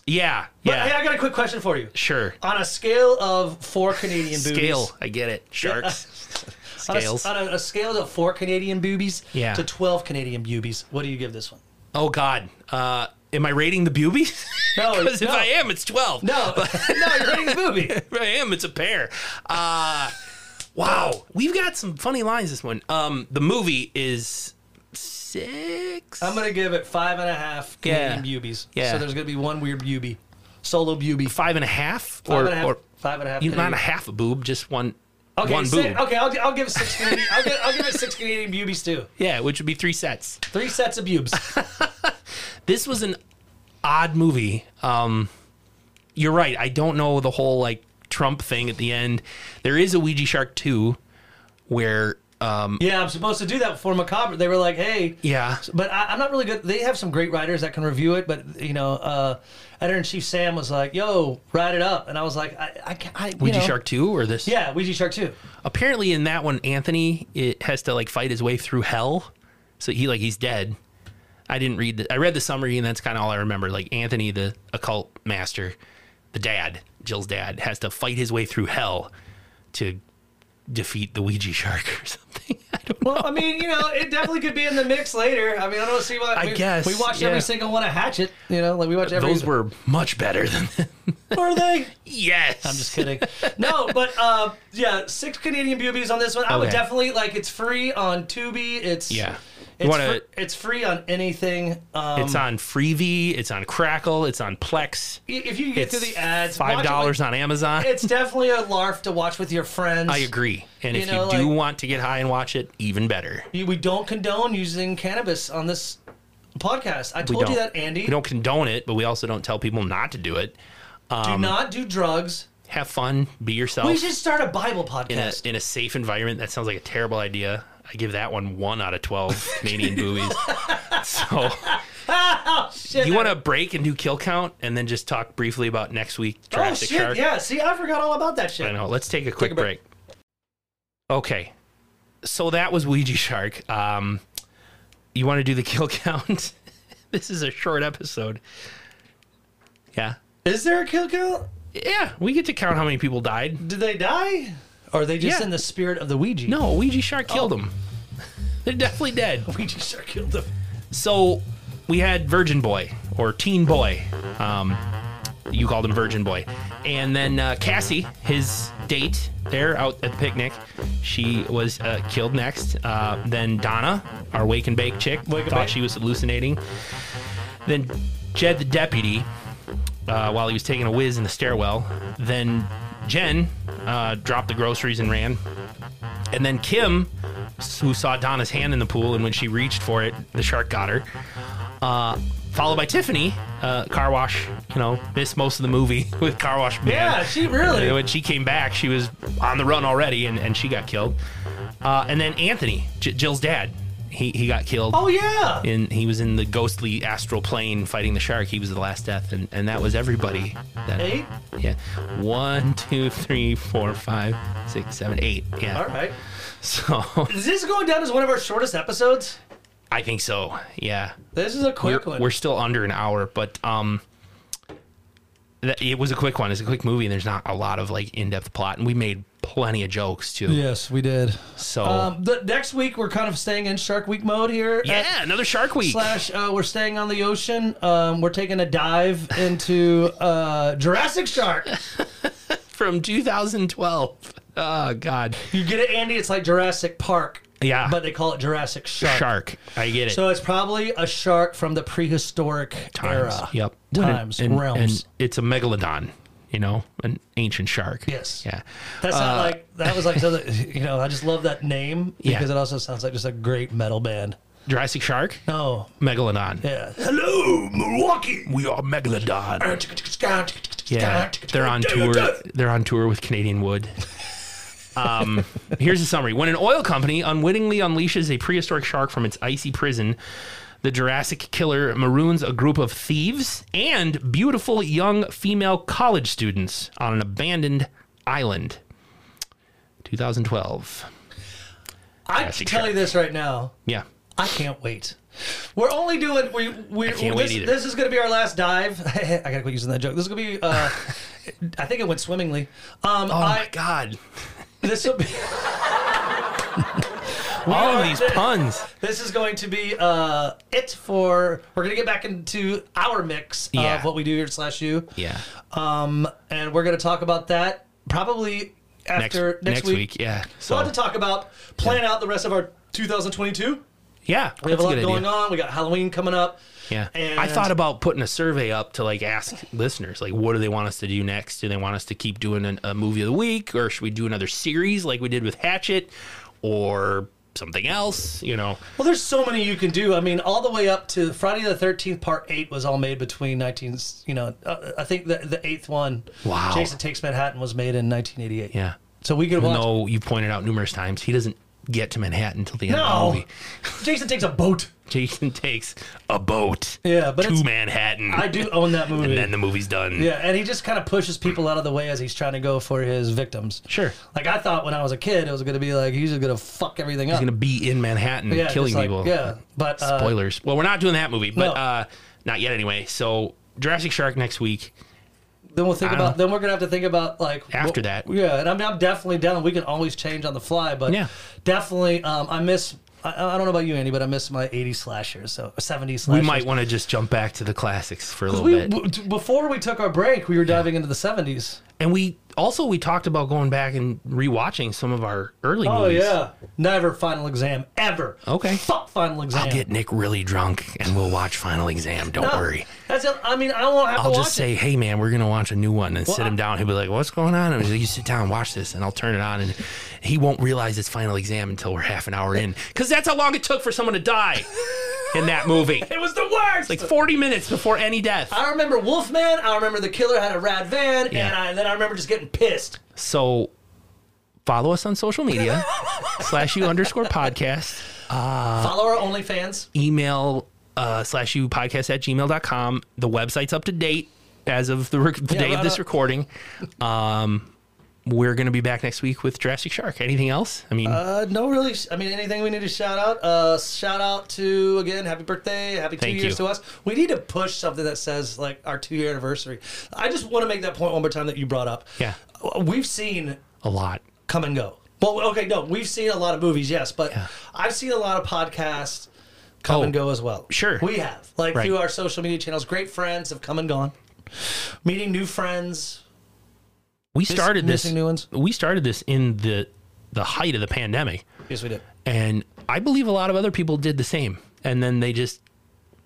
S2: Yeah.
S1: But
S2: Yeah.
S1: hey, I got a quick question for you.
S2: sure.
S1: On a scale of four Canadian boobies,
S2: Scale. I get it.
S1: (laughs)
S2: Sharks.
S1: on, a,
S2: Scales.
S1: on a, a scale of four Canadian boobies
S2: Yeah.
S1: to twelve Canadian boobies, what do you give this one?
S2: Oh, God. Uh, am I rating the boobies? (laughs)
S1: No,
S2: Because if
S1: no.
S2: I am, it's
S1: (laughs)
S2: 12.
S1: No, no, you're rating the boobie.
S2: I am. It's a pair. Uh, wow, we've got some funny lines this one. Um, the movie is six.
S1: I'm gonna give it five and a half Canadian
S2: Yeah.
S1: boobies.
S2: Yeah.
S1: So there's gonna be one weird boobie, solo boobie.
S2: five and a half,
S1: Five
S2: or,
S1: and a half.
S2: or
S1: five and a half.
S2: you not
S1: Canadian.
S2: a half a boob, just one.
S1: Okay,
S2: one
S1: say-
S2: boob.
S1: okay, I'll, I'll give six Canadian. I'll give, I'll give it six Canadian boobies too.
S2: Yeah, which would be three sets.
S1: Three sets of boobs.
S2: This was an odd movie. Um, you're right. I don't know the whole like Trump thing at the end. There is a Ouija Shark two, where um,
S1: yeah, I'm supposed to do that before Macabre. They were like, hey.
S2: yeah,
S1: But I, I'm not really good. They have some great writers that can review it, but you know, uh, editor in chief Sam was like, "Yo, write it up," and I was like, "I, I can't." I, you
S2: Ouija
S1: know.
S2: Shark two or this.
S1: Yeah, Ouija Shark too.
S2: apparently in that one anthony it has to like fight his way through hell so he like he's dead i didn't read the i read the summary and that's kind of all i remember like anthony the occult master the dad jill's dad has to fight his way through hell to defeat the ouija shark or something (laughs) i don't know
S1: Well, I mean, you know, it definitely could be in the mix later. I mean, I don't see why.
S2: I
S1: we,
S2: guess,
S1: we watched
S2: yeah.
S1: every single one of Hatchet. You know, like we watched every.
S2: those were much better than
S1: were they?
S2: yes
S1: I'm just kidding. No, but uh, yeah, six Canadian boobies on this one. I would
S2: Okay.
S1: definitely like. It's free on Tubi. It's
S2: Yeah. You
S1: It's,
S2: wanna-
S1: fr- it's free on anything. Um,
S2: it's on freevee it's on crackle it's on plex
S1: i- if you can get through the ads, watch it
S2: five
S1: with-
S2: dollars on amazon
S1: It's definitely a larf to watch with your friends.
S2: i agree and
S1: You
S2: if
S1: know,
S2: you do
S1: like-
S2: want to get high and watch it even better
S1: You- We don't condone using cannabis on this podcast. I
S2: We
S1: told you
S2: don't-
S1: that, Andy.
S2: We don't condone it, but we also don't tell people not to do it.
S1: do
S2: um,
S1: not do drugs.
S2: Have fun,
S1: We
S2: be yourself
S1: should start a Bible
S2: in a,
S1: podcast. (laughs)
S2: in a safe environment. That sounds like a terrible idea. I give that one one out
S1: (laughs)
S2: of 12 Canadian boobies. So,
S1: oh shit!
S2: you want to break and do kill count and then just talk briefly about next week
S1: Oh
S2: Jurassic
S1: shit!
S2: Shark?
S1: Yeah. See, I forgot all about that shit.
S2: I know. Let's take a quick
S1: a
S2: break.
S1: break.
S2: Okay. So that was Ouija Shark. Um, you want to do the kill (laughs) count? this is a short episode. Yeah.
S1: Is there a kill count?
S2: Yeah, we get to count how many people died.
S1: Did they die? Or are they just
S2: Yeah.
S1: in the spirit of the Ouija? (laughs)
S2: No, Ouija shark killed them. (laughs) They're definitely dead.
S1: Ouija sure killed them.
S2: So we had Virgin Boy or Teen Boy. Um, you called him Virgin Boy, and then uh, Cassie, his date there out at the picnic, she was uh, killed next. Uh, then Donna, our wake and bake chick,
S1: Wake and
S2: thought
S1: bake.
S2: she was hallucinating. Then Jed the deputy, uh, while he was taking a whiz in the stairwell. Then Jen uh, dropped the groceries and ran. And then Kim, who saw Donna's hand in the pool, and when she reached for it, the shark got her. Uh, followed by Tiffany, uh, car wash. You know, missed most of the movie (laughs) with car wash man.
S1: Yeah, she
S2: And
S1: really.
S2: when she came back, she was on the run already, and, and she got killed. Uh, and then Anthony, J- Jill's dad, he he got killed.
S1: Oh yeah.
S2: And he was in the ghostly astral plane fighting the shark. He was the last death, and, and that was everybody. That,
S1: Eight.
S2: Yeah. One, two, three, four, five, six, seven, eight. Yeah.
S1: All right.
S2: (laughs) So
S1: Is this going down as one of our shortest episodes?
S2: I think so. Yeah.
S1: This is a quick
S2: we're,
S1: one.
S2: we're still under an hour, but um, that, it was a quick one. It's a quick movie, and there's not a lot of like in-depth plot, and we made plenty of jokes too.
S1: yes, we did.
S2: So
S1: Um, the next week we're kind of staying in Shark Week mode here.
S2: yeah, another Shark Week.
S1: Slash, uh, we're staying on the ocean. Um, we're taking a dive into uh, Jurassic Shark.
S2: from 2012. Oh God, Ah,
S1: You get it, Andy? It's like Jurassic Park
S2: Yeah.
S1: but they call it Jurassic Shark.
S2: shark. I get it.
S1: So it's probably a shark from the prehistoric
S2: times.
S1: era.
S2: Yep.
S1: Times,
S2: and, and-
S1: realms.
S2: and it's a megalodon, you know, an ancient shark.
S1: Yes.
S2: Yeah. Uh,
S1: That sounded like that was like
S2: (laughs)
S1: something, you know. I just love that name
S2: Yeah.
S1: because it also sounds like just a great metal band.
S2: Jurassic shark,
S1: No,
S2: megalodon.
S1: yeah. Hello, Milwaukee.
S2: We are megalodon. Yeah. They're on tour. They're on tour with Canadian Wood. Um, here's a summary. When an oil company unwittingly unleashes a prehistoric shark from its icy prison, the Jurassic killer maroons a group of thieves and beautiful young female college students on an abandoned island. 2012.
S1: I'm
S2: Jurassic
S1: telling you this right now.
S2: Yeah.
S1: I can't wait. We're only doing we we
S2: can't wait
S1: this,
S2: either.
S1: this is going to be our last dive. (laughs) I gotta quit using that joke. This is going to be.
S2: (laughs)
S1: Uh, I think it went swimmingly. Um,
S2: Oh
S1: I
S2: my god.
S1: this will be. (laughs)
S2: All
S1: are
S2: of these
S1: the-
S2: puns.
S1: This is going to be uh, it for. We're going to get back into our mix
S2: Yeah.
S1: of what we do here at Slash U.
S2: Yeah.
S1: Um, and we're going to talk about that probably
S2: Next
S1: after next,
S2: next,
S1: week.
S2: week. yeah. So
S1: We'll have to talk about plan out the rest of our 2022.
S2: yeah,
S1: We have a lot going on. We got Halloween coming up.
S2: Yeah.
S1: And-
S2: I thought about putting a survey up to like ask listeners, like, what do they want us to do next? Do they want us to keep doing an, a movie of the week or should we do another series like we did with Hatchet or something else? You know,
S1: Well, there's so many you can do. I mean, all the way up to Friday the 13th, part eight was all made between 19, you know, uh, I think the, the eighth one,
S2: Wow.
S1: Jason Takes Manhattan, was made in 1988.
S2: yeah.
S1: So we could watch.
S2: No, you pointed out numerous times he doesn't get to Manhattan until the end of the
S1: No.
S2: movie.
S1: (laughs) Jason takes a boat.
S2: Jason takes a boat
S1: Yeah, but
S2: to
S1: it's-
S2: Manhattan.
S1: I do own that movie.
S2: (laughs) and then the movie's done.
S1: yeah, and he just kind of pushes people out of the way as he's trying to go for his victims.
S2: Sure.
S1: Like I thought when I was a kid, it was going to be like he's just going to fuck everything up.
S2: He's gonna be in Manhattan
S1: yeah,
S2: killing
S1: just like-
S2: people.
S1: Yeah, but uh,
S2: Spoilers. well, we're not doing that movie, but
S1: No.
S2: uh, not yet anyway. So Jurassic Shark next week.
S1: then we'll think
S2: I don't
S1: about. Then we're gonna have to think about like
S2: After
S1: wh-
S2: that.
S1: Yeah, and I mean, I'm definitely down. We can always change on the fly, but
S2: Yeah.
S1: definitely. Um, I miss. I, I don't know about you, Andy, but I miss my '80s slashers, so '70s slashers.
S2: We might want to just jump back to the classics for a little
S1: We,
S2: bit,
S1: w- t- before we took our break, we were diving into the '70s.
S2: and we also we talked about going back and rewatching some of our early
S1: Oh
S2: movies.
S1: yeah, never final exam ever.
S2: Okay.
S1: fuck final exam.
S2: I'll get Nick really drunk, and we'll watch Final Exam. Don't
S1: No,
S2: worry.
S1: That's it. I mean, I won't have
S2: I'll
S1: to
S2: just
S1: watch
S2: say, "Hey, man, we're gonna watch a new one," and sit
S1: I-
S2: him down. He'll be like, "What's going on?" And I'm like, "You sit down, watch this," and I'll turn it on, and he won't realize it's Final Exam until we're half an hour in, because that's how long it took for someone
S1: (laughs)
S2: to die in that movie.
S1: it. It was the worst.
S2: Like 40 minutes before any death.
S1: I remember Wolfman. I remember the killer had a rad van, and
S2: Yeah.
S1: I, then I remember just getting pissed.
S2: So follow us on
S1: (laughs)
S2: social media slash you underscore podcast. Uh,
S1: Follow our OnlyFans.
S2: Email uh, slash you podcast at gmail.com. The website's up to date as of the, rec- the
S1: Yeah,
S2: day
S1: right
S2: of this
S1: up.
S2: recording. Um, we're going to be back next week with Jurassic Shark. Anything else? I mean,
S1: Uh, no, really. I mean, anything we need to shout out? Uh, shout out to again, happy birthday, happy two
S2: Thank
S1: years
S2: you.
S1: to us. We need to push something that says like our two year anniversary. I just want to make that point one more time that you brought up. Uh,
S2: Yeah.
S1: we've seen
S2: a lot.
S1: come and go. Well, okay, no, we've seen a lot of movies, yes, but
S2: Yeah.
S1: I've seen a lot of podcasts come
S2: Oh,
S1: and go as well.
S2: sure.
S1: we have like
S2: Right.
S1: through our social media channels, great friends have come and gone, meeting new friends.
S2: We started this.
S1: missing new ones?
S2: We started this in the the height of the pandemic.
S1: Yes, we did.
S2: And I believe a lot of other people did the same. And then they just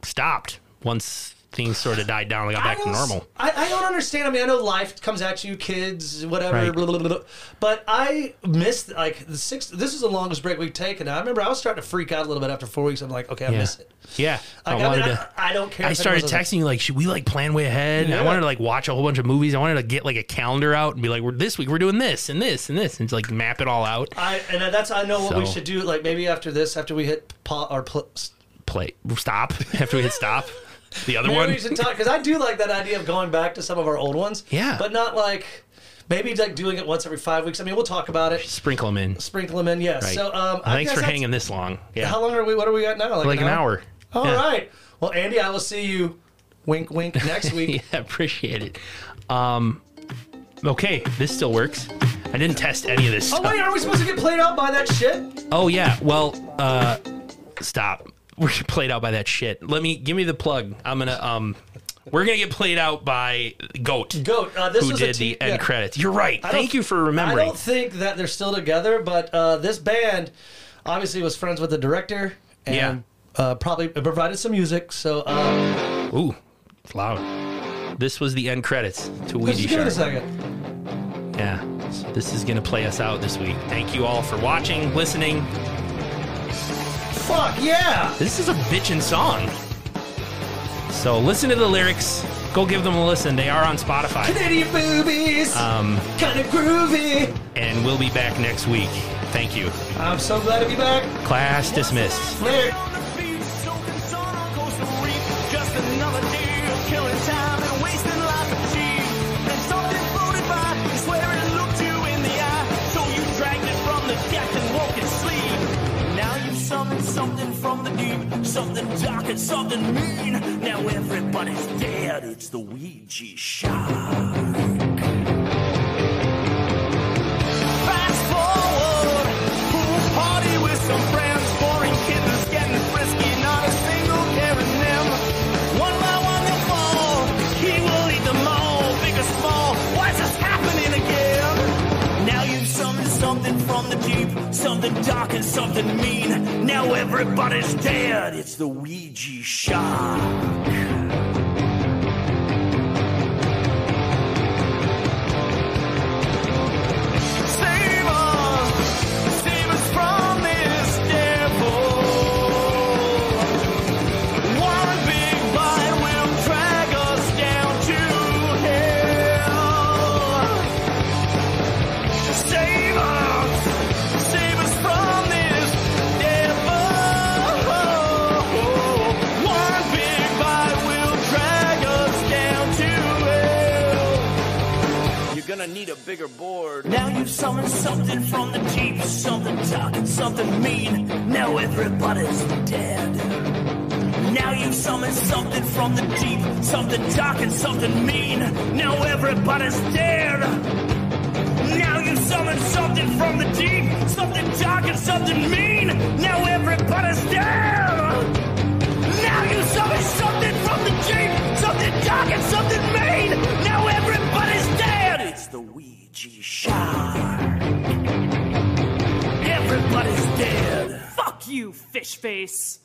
S2: stopped once things sort of died down and got back to
S1: don't s-
S2: normal.
S1: I, I don't understand. I mean, I know life comes at you, kids, whatever,
S2: Right.
S1: blah, blah, blah, blah. but I missed like the six. This is the longest break we've taken. I remember I was starting to freak out a little bit after four weeks. I'm like, okay, I
S2: Yeah.
S1: miss it.
S2: Yeah.
S1: Like,
S2: I
S1: I,
S2: wanted
S1: mean, I,
S2: to.
S1: I don't care.
S2: I
S1: if
S2: started
S1: anyone else-
S2: texting you like, should we like plan way ahead? And
S1: Yeah.
S2: I wanted to like watch a whole bunch of movies. I wanted to get like a calendar out and be like, we're this week we're doing this and this and this and like map it all out.
S1: I and that's I know what we
S2: So-
S1: should do. Like maybe after this, after we hit pa- or pl-
S2: Play stop (laughs) after we hit stop. The other
S1: maybe
S2: one.
S1: we should talk because I do like that idea of going back to some of our old ones.
S2: Yeah.
S1: but not like maybe like doing it once every five weeks. I mean, we'll talk about it.
S2: Sprinkle them in.
S1: Sprinkle them in, yes.
S2: Right.
S1: So, um, I
S2: thanks
S1: guess
S2: for
S1: that's-
S2: hanging this long. Yeah.
S1: How long are we? What are we at now?
S2: like an hour.
S1: All right.
S2: Yeah.
S1: Well, Andy, I will see you. Wink, wink. Next week.
S2: (laughs) yeah, appreciate it. Um, okay, this still works. I didn't test any of this
S1: oh
S2: stuff.
S1: wait, are we supposed to get played out by that shit?
S2: Oh yeah, well, uh, stop. (laughs) We're played out by that shit. Let me give me the plug. I'm gonna um, we're gonna get played out by Goat,
S1: Goat. Uh, this
S2: who
S1: was a
S2: did
S1: te-
S2: the end
S1: yeah.
S2: credits. You're right.
S1: don't-
S2: Thank you for
S1: I
S2: remembering.
S1: don't think that they're still together, but uh, this band. obviously was friends with the director and
S2: Yeah.
S1: uh, probably provided some music. So um,
S2: Ooh, it's loud. This was the end credits to
S1: let's
S2: Weedy
S1: just give it a
S2: Shark.
S1: second.
S2: Yeah. So this is going to play us out this week. Thank you all for watching, listening.
S1: Fuck yeah!
S2: This is a bitchin' song. So listen to the lyrics. Go give them a listen. They are on Spotify.
S1: Canadian boobies,
S2: Um,
S1: kind of groovy.
S2: and we'll be back next week. Thank you.
S1: I'm so glad to be back.
S2: Class dismissed.
S1: Later.
S3: On the beach, soaking sun on coastal reef. Just another day of killing time and wasting life and cheap. And something floated by, and swear it looked you in the eye. So you dragged it from the deck and woke it sleep. Now you summoned something from the deep, something dark and something mean. Now everybody's dead, it's the Ouija shark. Fast forward, pool party with some friends. Boring kittens getting frisky, not a single care in them. One by one they'll fall. He will eat them all, big or small. Why's this happening again? Now you've summoned something from the deep, something dark and something mean. Now everybody's dead. It's the Ouija shark. Save us, save us from this devil. One big bite will drag us down to hell. Save us, save us from this devil. One big bite will drag us down to hell. You're gonna need a bigger board. Now you've summoned something from the deep, something dark and something mean. Now everybody's dead. Now you've summoned something from the deep, something dark and something mean. Now everybody's dead. Now you've summoned something from the deep, something dark and something mean. Now everybody's dead. Now you summon something from the deep, something dark and something mean. Now everybody's dead. It's the Ouija shark. Everybody's dead.
S4: Fuck you, fish face.